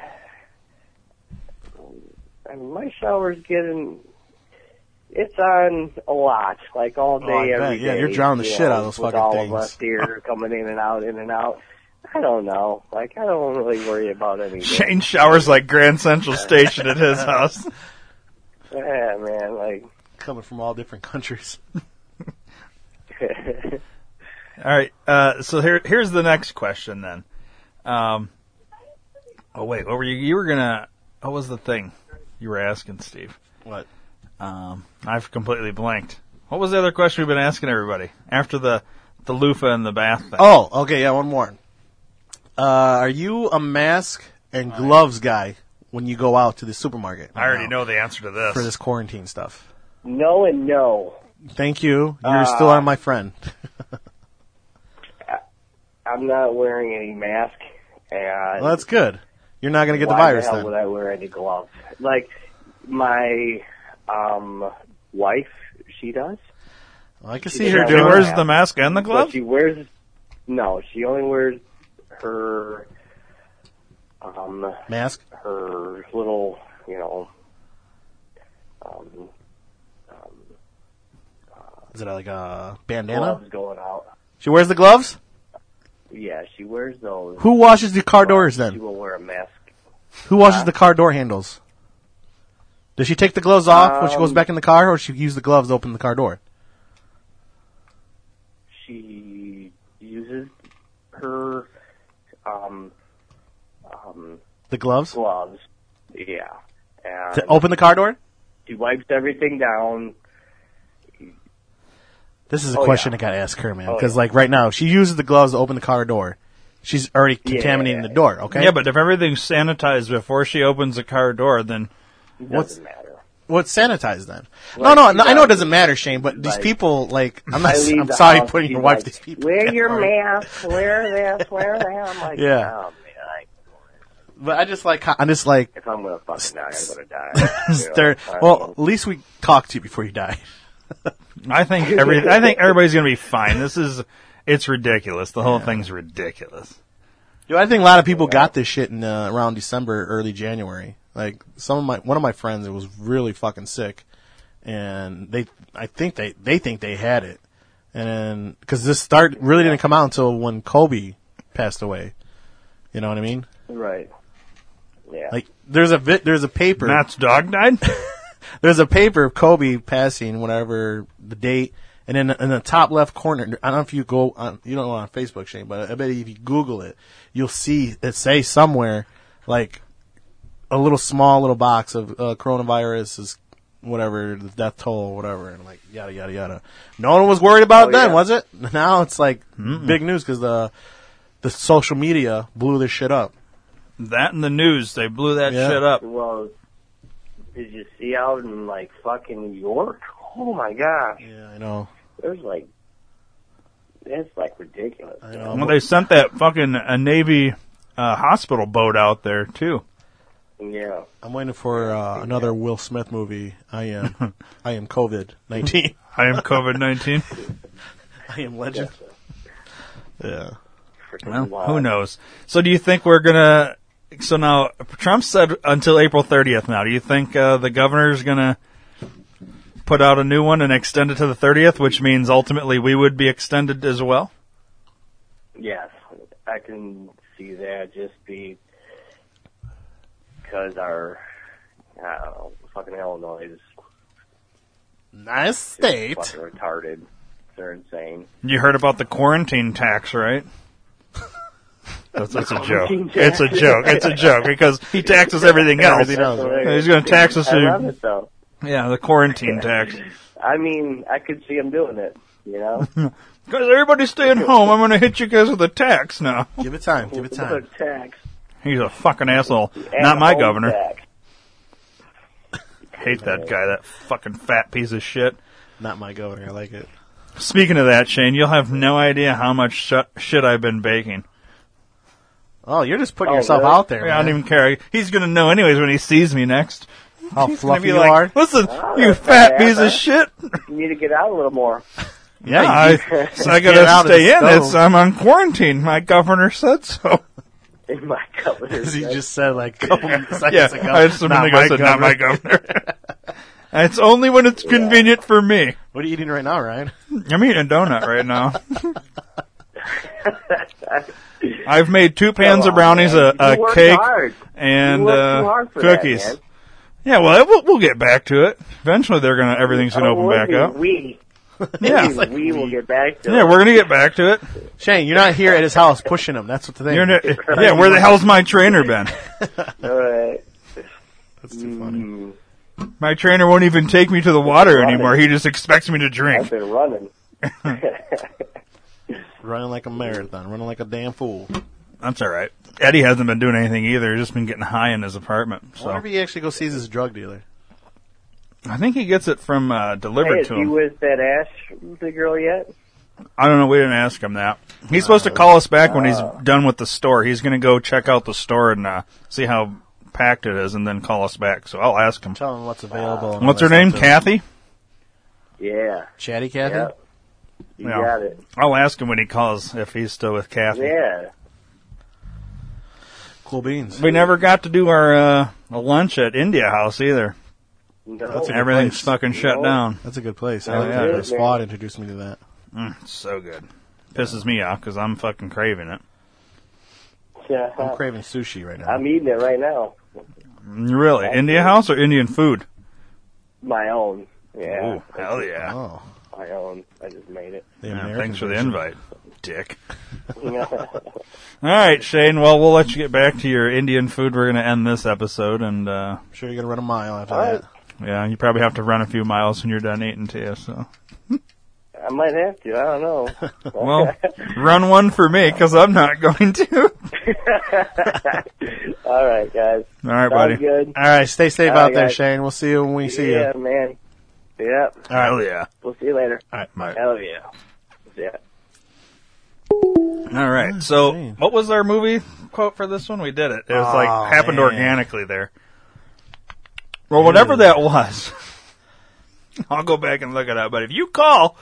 [SPEAKER 8] I mean, my shower's getting. It's on a lot, like all day,
[SPEAKER 4] Oh, I bet.
[SPEAKER 8] every day.
[SPEAKER 4] Yeah, you're drowning the
[SPEAKER 8] you
[SPEAKER 4] shit
[SPEAKER 8] know,
[SPEAKER 4] out of those
[SPEAKER 8] with
[SPEAKER 4] fucking
[SPEAKER 8] all
[SPEAKER 4] things.
[SPEAKER 8] of us
[SPEAKER 4] *laughs*
[SPEAKER 8] here coming in and out, in and out. I don't know. Like, I don't really worry about anything.
[SPEAKER 1] Shane showers like Grand Central Station at his house.
[SPEAKER 8] *laughs*
[SPEAKER 1] *laughs*
[SPEAKER 8] yeah, man, like. *laughs*
[SPEAKER 4] coming from all different *laughs* countries.
[SPEAKER 1] All right. Uh, so here, here's the next question then. Um, oh wait, what were you? You were gonna. What was the thing you were asking, Steve?
[SPEAKER 4] What?
[SPEAKER 1] Um, I've completely blanked. What was the other question we've been asking everybody after the the loofah and the bath thing?
[SPEAKER 4] Oh, okay, yeah, one more. Uh, are you a mask and gloves guy when you go out to the supermarket?
[SPEAKER 1] I already
[SPEAKER 4] Now,
[SPEAKER 1] know the answer to this.
[SPEAKER 4] for this quarantine stuff.
[SPEAKER 8] No and no.
[SPEAKER 4] Thank you. You're still on my friend. *laughs*
[SPEAKER 8] I'm not wearing any mask, and
[SPEAKER 4] well, that's good. You're not going to get the
[SPEAKER 8] why
[SPEAKER 4] virus
[SPEAKER 8] the hell
[SPEAKER 4] then.
[SPEAKER 8] would I wear any gloves? Like my um wife, she does.
[SPEAKER 4] I can
[SPEAKER 8] She
[SPEAKER 4] see
[SPEAKER 8] does
[SPEAKER 4] her
[SPEAKER 8] not
[SPEAKER 4] doing
[SPEAKER 8] wear a
[SPEAKER 1] Where's the mask and the
[SPEAKER 8] But
[SPEAKER 1] glove?
[SPEAKER 8] she wears. No, she only wears her um
[SPEAKER 4] mask.
[SPEAKER 8] her little you know um,
[SPEAKER 4] Is it like a bandana?
[SPEAKER 8] gloves going out.
[SPEAKER 4] She wears the gloves.
[SPEAKER 8] Yeah, she wears those.
[SPEAKER 4] Who washes the car doors
[SPEAKER 8] She
[SPEAKER 4] then?
[SPEAKER 8] will wear a mask.
[SPEAKER 4] Who washes the car door handles? Does she take the gloves off when she goes
[SPEAKER 8] Um,
[SPEAKER 4] back in the car, or she use the gloves to open the car door?
[SPEAKER 8] She uses her um um
[SPEAKER 4] The gloves
[SPEAKER 8] gloves. Yeah, and
[SPEAKER 4] to open the car door.
[SPEAKER 8] she wipes everything down.
[SPEAKER 4] This is a
[SPEAKER 8] Oh,
[SPEAKER 4] question
[SPEAKER 8] yeah.
[SPEAKER 4] I gotta ask her, man.
[SPEAKER 8] Oh,
[SPEAKER 4] Because
[SPEAKER 8] yeah.
[SPEAKER 4] like right now, she uses the gloves to open the car door. She's already contaminating the door. Okay.
[SPEAKER 1] Yeah, but if everything's sanitized before she opens the car door, then
[SPEAKER 8] It
[SPEAKER 4] What's-
[SPEAKER 8] doesn't matter.
[SPEAKER 4] what's sanitized then? no,
[SPEAKER 8] Like,
[SPEAKER 4] no, no.
[SPEAKER 8] you
[SPEAKER 4] I know it
[SPEAKER 8] got-
[SPEAKER 4] doesn't matter, Shane. But these
[SPEAKER 8] like,
[SPEAKER 4] people, like, I'm not.
[SPEAKER 8] I leave
[SPEAKER 4] I'm
[SPEAKER 8] the
[SPEAKER 4] sorry,
[SPEAKER 8] house,
[SPEAKER 4] putting
[SPEAKER 8] she's
[SPEAKER 4] your wife.
[SPEAKER 8] like,
[SPEAKER 4] These people.
[SPEAKER 8] Wear
[SPEAKER 4] *laughs*
[SPEAKER 8] your
[SPEAKER 4] Sorry.
[SPEAKER 8] mask. Wear this. Wear that. I'm like,
[SPEAKER 4] Yeah.
[SPEAKER 8] oh, man, I,
[SPEAKER 4] But I just like. I'm just like. *laughs*
[SPEAKER 8] if I'm gonna fucking die, I'm gonna die. You know,
[SPEAKER 4] Stir.
[SPEAKER 8] I
[SPEAKER 4] Well,
[SPEAKER 8] mean,
[SPEAKER 4] at least we talked to you before you die.
[SPEAKER 1] I think every I think everybody's gonna be fine. This is it's ridiculous. The whole thing's ridiculous.
[SPEAKER 4] Yo, I think a lot of people got this shit in uh, around December, early January. Like some of my one of my friends that was really fucking sick, and they I think they they think they had it, and then because this start really didn't come out until when Kobe passed away. You know what I mean?
[SPEAKER 8] right. Yeah.
[SPEAKER 4] Like there's a vi- there's a paper
[SPEAKER 1] Matt's dog died. *laughs*
[SPEAKER 4] there's a paper of Kobe passing whatever the date, and then in the top left corner, I don't know if you go on, you don't go on Facebook, Shane, but I bet if you Google it, you'll see it say somewhere like a little small little box of uh, coronavirus is whatever the death toll, whatever, and like yada yada yada. No one was worried about it
[SPEAKER 8] Oh,
[SPEAKER 4] then,
[SPEAKER 8] yeah.
[SPEAKER 4] was it? *laughs* Now it's like big news because the the social media blew this shit up.
[SPEAKER 1] that in the news, they blew that
[SPEAKER 4] Yeah.
[SPEAKER 1] shit up.
[SPEAKER 8] well, did you see out in like fucking New York? Oh my gosh,
[SPEAKER 4] Yeah, I know.
[SPEAKER 8] there's like, it's like ridiculous.
[SPEAKER 4] I know.
[SPEAKER 1] Well, they sent that fucking a Navy uh, hospital boat out there too.
[SPEAKER 8] Yeah.
[SPEAKER 4] I'm waiting for uh, another Will Smith movie.
[SPEAKER 1] *laughs*
[SPEAKER 4] I am, I am COVID nineteen.
[SPEAKER 1] I am COVID nineteen.
[SPEAKER 4] I am legend. Yeah.
[SPEAKER 8] Freaking
[SPEAKER 1] Well,
[SPEAKER 8] wild.
[SPEAKER 1] who knows? So, do you think we're gonna? So now Trump said until April thirtieth. Now, do you think uh, the governor's gonna put out a new one and extend it to the thirtieth, which means ultimately we would be extended as well?
[SPEAKER 8] Yes, I can see that just be because our, I don't know, fucking Illinois is
[SPEAKER 4] Nice
[SPEAKER 8] fucking
[SPEAKER 4] state.
[SPEAKER 8] retarded. They're insane.
[SPEAKER 1] You heard about the quarantine tax, right? *laughs* That's, that's a joke.
[SPEAKER 8] quarantine
[SPEAKER 1] It's
[SPEAKER 8] tax.
[SPEAKER 1] a joke. It's a joke because he
[SPEAKER 8] *laughs*
[SPEAKER 1] taxes everything else.
[SPEAKER 4] Everything else.
[SPEAKER 1] He's gonna tax us
[SPEAKER 8] I
[SPEAKER 1] to-
[SPEAKER 8] love it though.
[SPEAKER 1] Yeah, the
[SPEAKER 8] *laughs*
[SPEAKER 1] quarantine tax.
[SPEAKER 8] I mean, I could see him doing it.
[SPEAKER 1] *laughs*
[SPEAKER 8] You know,
[SPEAKER 1] Guys, everybody's staying home. I'm gonna hit you guys with a tax now. *laughs*
[SPEAKER 4] Give it time. Give it
[SPEAKER 8] Another
[SPEAKER 4] time.
[SPEAKER 8] tax.
[SPEAKER 1] He's a fucking asshole.
[SPEAKER 8] and
[SPEAKER 1] Not
[SPEAKER 8] a
[SPEAKER 1] my
[SPEAKER 8] whole
[SPEAKER 1] governor.
[SPEAKER 8] Tax.
[SPEAKER 1] Hate that guy, that fucking fat piece of shit.
[SPEAKER 4] Not my governor. I like it.
[SPEAKER 1] Speaking of that, Shane, you'll have no idea how much sh- shit I've been baking.
[SPEAKER 4] Oh, you're just putting
[SPEAKER 8] Oh,
[SPEAKER 4] yourself
[SPEAKER 8] really?
[SPEAKER 4] out there.
[SPEAKER 1] I
[SPEAKER 4] Man.
[SPEAKER 1] don't even care. He's gonna know anyways when he sees me next. *laughs*
[SPEAKER 4] How
[SPEAKER 1] He's gonna
[SPEAKER 4] fluffy
[SPEAKER 1] be
[SPEAKER 4] you
[SPEAKER 1] like,
[SPEAKER 4] are. *laughs*
[SPEAKER 1] Listen,
[SPEAKER 8] Oh,
[SPEAKER 1] you
[SPEAKER 8] that's
[SPEAKER 1] fat
[SPEAKER 8] not bad,
[SPEAKER 1] piece
[SPEAKER 8] huh?"
[SPEAKER 1] of shit.
[SPEAKER 8] You need to get out a little more.
[SPEAKER 1] Yeah,
[SPEAKER 4] you-
[SPEAKER 8] *laughs*
[SPEAKER 1] I, so I
[SPEAKER 4] Get out
[SPEAKER 1] gotta
[SPEAKER 4] of the
[SPEAKER 1] stay in.
[SPEAKER 4] stove.
[SPEAKER 1] It's, I'm on quarantine. My governor said
[SPEAKER 8] *laughs*
[SPEAKER 1] so.
[SPEAKER 8] In my *laughs* governor.
[SPEAKER 4] As you just said like a couple *laughs* seconds
[SPEAKER 1] yeah,
[SPEAKER 4] ago.
[SPEAKER 1] I just a
[SPEAKER 4] not
[SPEAKER 1] minute ago
[SPEAKER 4] my
[SPEAKER 1] said not my *laughs*
[SPEAKER 4] governor.
[SPEAKER 1] governor. it's only when it's convenient for me.
[SPEAKER 4] What are you eating right now, Ryan?
[SPEAKER 1] I'm eating a donut right now. *laughs* I've made two pans of
[SPEAKER 8] Come on,
[SPEAKER 1] brownies,
[SPEAKER 8] man.
[SPEAKER 1] a,
[SPEAKER 8] You
[SPEAKER 1] a
[SPEAKER 8] worked
[SPEAKER 1] cake,
[SPEAKER 8] hard. You
[SPEAKER 1] and
[SPEAKER 8] worked too
[SPEAKER 1] uh,
[SPEAKER 8] hard for that,
[SPEAKER 1] cookies.
[SPEAKER 8] man.
[SPEAKER 1] yeah, well, we'll, we'll get back to it. Eventually, they're gonna everything's gonna
[SPEAKER 8] Oh,
[SPEAKER 1] open
[SPEAKER 8] we'll
[SPEAKER 1] back
[SPEAKER 8] be
[SPEAKER 1] up.
[SPEAKER 8] We,
[SPEAKER 1] Yeah,
[SPEAKER 8] we, we will get back to
[SPEAKER 1] yeah,
[SPEAKER 8] it.
[SPEAKER 1] we're gonna get back to it.
[SPEAKER 4] *laughs* Shane, you're not here at his house pushing him. That's what the thing.
[SPEAKER 1] You're ne- *laughs* yeah, where the hell's my trainer been?
[SPEAKER 8] All right.
[SPEAKER 4] That's too funny.
[SPEAKER 1] My trainer won't even take me to the water
[SPEAKER 8] Love it.
[SPEAKER 1] anymore. He just expects me to drink.
[SPEAKER 8] I've been running.
[SPEAKER 4] Running like a marathon. Running like a damn fool.
[SPEAKER 1] That's all right. Eddie hasn't been doing anything either. He's just been getting high in his apartment.
[SPEAKER 4] I wonder
[SPEAKER 1] So
[SPEAKER 4] if he actually goes sees his drug dealer.
[SPEAKER 1] I think he gets it from uh, delivered
[SPEAKER 8] Hey, is
[SPEAKER 1] to
[SPEAKER 8] he
[SPEAKER 1] him.
[SPEAKER 8] with that Ash, the girl yet?
[SPEAKER 1] I don't know. We didn't ask him that. He's supposed to call us back when he's done with the store. He's going to go check out the store and uh, see how packed it is, and then call us back. So I'll ask him.
[SPEAKER 4] Tell him what's available. and all
[SPEAKER 1] What's her
[SPEAKER 4] that
[SPEAKER 1] name?
[SPEAKER 4] stuff, too.
[SPEAKER 1] Kathy.
[SPEAKER 8] Yeah.
[SPEAKER 4] Chatty Cathy.
[SPEAKER 8] Yeah. You
[SPEAKER 1] Yeah.
[SPEAKER 8] got it.
[SPEAKER 1] I'll ask him when he calls if he's still with Kathy.
[SPEAKER 8] Yeah.
[SPEAKER 4] Cool beans.
[SPEAKER 1] We never got to do our uh, lunch at India House either.
[SPEAKER 8] No.
[SPEAKER 4] That's a good
[SPEAKER 1] Everything's
[SPEAKER 4] place.
[SPEAKER 1] fucking shut
[SPEAKER 8] No.
[SPEAKER 1] down.
[SPEAKER 4] That's a good place.
[SPEAKER 1] Oh,
[SPEAKER 4] I like
[SPEAKER 1] yeah.
[SPEAKER 4] that. The squad introduced me to that.
[SPEAKER 1] Mm, it's so good. Pisses me off because I'm fucking craving it.
[SPEAKER 8] Yeah.
[SPEAKER 4] I'm craving sushi right now.
[SPEAKER 8] I'm eating it right now.
[SPEAKER 1] Really, India House or Indian food?
[SPEAKER 8] My own. Yeah.
[SPEAKER 1] Ooh, hell yeah!
[SPEAKER 4] oh,
[SPEAKER 8] My own. I just made it. *laughs*
[SPEAKER 4] the
[SPEAKER 1] Yeah,
[SPEAKER 4] American
[SPEAKER 1] thanks for the
[SPEAKER 4] version.
[SPEAKER 1] invite, dick. All right, Shane. Well, we'll let you get back to your Indian food. We're going to end this episode, and uh,
[SPEAKER 4] I'm sure you're gonna run a mile after
[SPEAKER 8] All right.
[SPEAKER 4] that.
[SPEAKER 1] yeah, you probably have to run a few miles when you're done eating too. So,
[SPEAKER 8] I might have to. I don't
[SPEAKER 4] *laughs*
[SPEAKER 8] know.
[SPEAKER 1] well, run one for me because I'm not *laughs* going to. All
[SPEAKER 8] *laughs* All right, guys.
[SPEAKER 1] right, buddy.
[SPEAKER 8] Sounds good.
[SPEAKER 4] All right, stay safe
[SPEAKER 8] All
[SPEAKER 4] out
[SPEAKER 8] right,
[SPEAKER 4] there,
[SPEAKER 8] guys.
[SPEAKER 4] Shane. We'll see you when we see
[SPEAKER 8] yeah,
[SPEAKER 4] you.
[SPEAKER 8] man. Yep.
[SPEAKER 1] Hell yeah!
[SPEAKER 8] We'll see you later.
[SPEAKER 1] All right, bye.
[SPEAKER 8] Hell yeah. Yeah.
[SPEAKER 1] All
[SPEAKER 4] Oh,
[SPEAKER 1] right. So,
[SPEAKER 4] Shane.
[SPEAKER 1] what was our movie quote for this one? We did it. It was like
[SPEAKER 4] Oh,
[SPEAKER 1] happened
[SPEAKER 4] man.
[SPEAKER 1] organically there. Well, whatever that was, *laughs* I'll go back and look it up. But if you call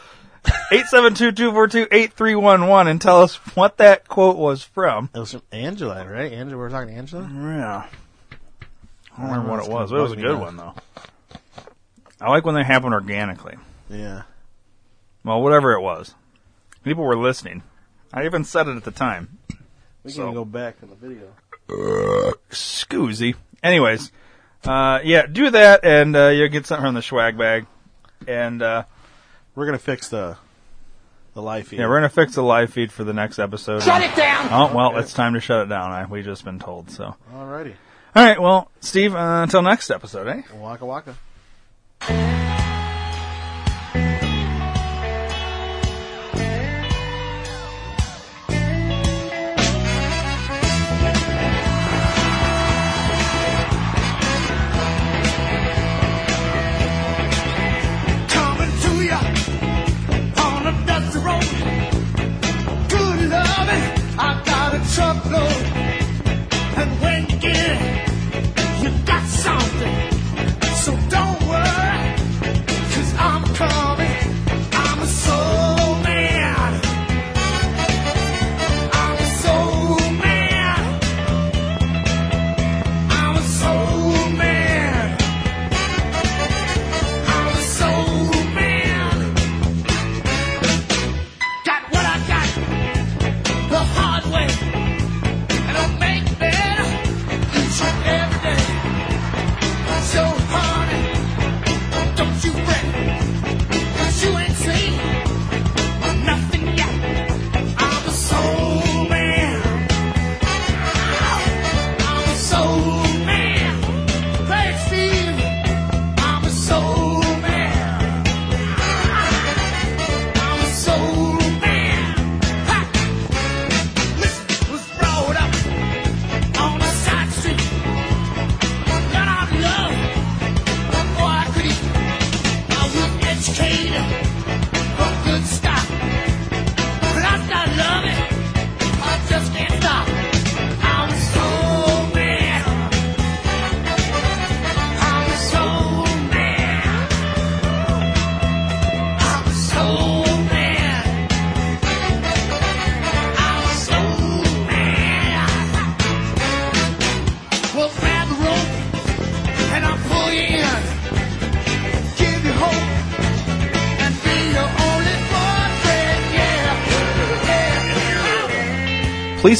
[SPEAKER 1] 872-242-8311 and tell us what that quote was from,
[SPEAKER 4] It was from Angela, right? Angela, we were talking to
[SPEAKER 8] Mm-hmm.
[SPEAKER 4] Angela.
[SPEAKER 1] yeah, I don't
[SPEAKER 4] I
[SPEAKER 1] remember
[SPEAKER 4] know,
[SPEAKER 1] what
[SPEAKER 4] it's
[SPEAKER 1] it was. But
[SPEAKER 4] kinda
[SPEAKER 1] it was a
[SPEAKER 4] bugging
[SPEAKER 1] good
[SPEAKER 4] me
[SPEAKER 1] one though. I like when they happen organically.
[SPEAKER 4] Yeah,
[SPEAKER 1] Well, whatever it was, people were listening. I even said it at the time.
[SPEAKER 4] we
[SPEAKER 1] So-
[SPEAKER 4] can go back to the video.
[SPEAKER 1] Scoozy. Anyways, uh, yeah, do that, and uh, you'll get something from the swag bag. And uh,
[SPEAKER 4] We're gonna fix the the live feed.
[SPEAKER 1] yeah, we're gonna fix the live feed for the next episode. Shut it down. Oh well, it's time to shut it down. I, we just been told. So, all
[SPEAKER 4] Alrighty,
[SPEAKER 1] right, well, Steve, uh, until next episode, eh?
[SPEAKER 4] waka waka.
[SPEAKER 2] coming to ya on a dusty road. Good loving, I got a truckload. And when you get it, you got something. So don't worry, cause I'm coming. I'm a soul man. I'm a soul man. I'm a soul man. I'm a soul man. Got what I got the hard way, and I make better each and every day. So honey, don't you fret, 'cause you ain't seen nothing yet. I'm a soul man. I'm a soul man. Thanks, Steve. I'm a soul man. I'm a soul man. Ha! Listen, was brought up on a side street. Got out of love before I could eat. I was educated from good stock. But I start loving. I just can't stop. I'm a soul man. I'm a soul man. I'm a soul man. I'm a soul man. Well, grab the rope and I'll pull you in. Give you hope and be your only boyfriend. Yeah, yeah.
[SPEAKER 1] Please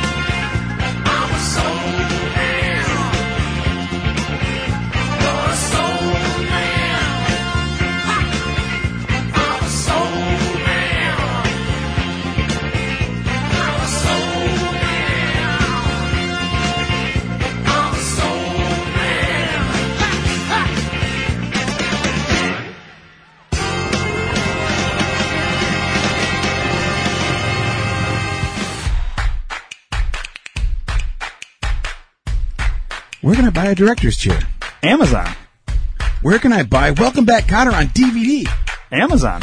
[SPEAKER 2] I'm a soul man. You're a soul man. Ha! I'm a soul man. I'm a soul man. I'm a soul man. Ha! Ha!
[SPEAKER 10] We're gonna buy a director's chair.
[SPEAKER 1] Amazon.
[SPEAKER 10] Where can I buy Welcome Back Cotter on DVD?
[SPEAKER 1] Amazon.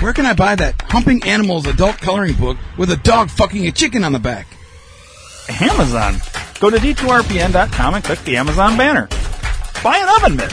[SPEAKER 10] Where can I buy that Humping Animals adult coloring book with a dog fucking a chicken on the back?
[SPEAKER 1] Amazon. Go to d2rpn.com and click the Amazon banner. Buy an oven mitt.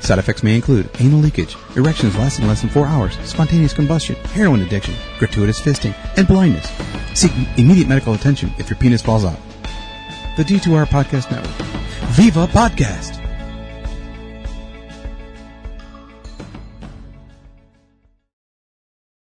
[SPEAKER 10] Side effects may include anal leakage, erections lasting less than four hours, spontaneous combustion, heroin addiction, gratuitous fisting, and blindness. Seek immediate medical attention if your penis falls out. The D2R Podcast Network. Viva Podcast!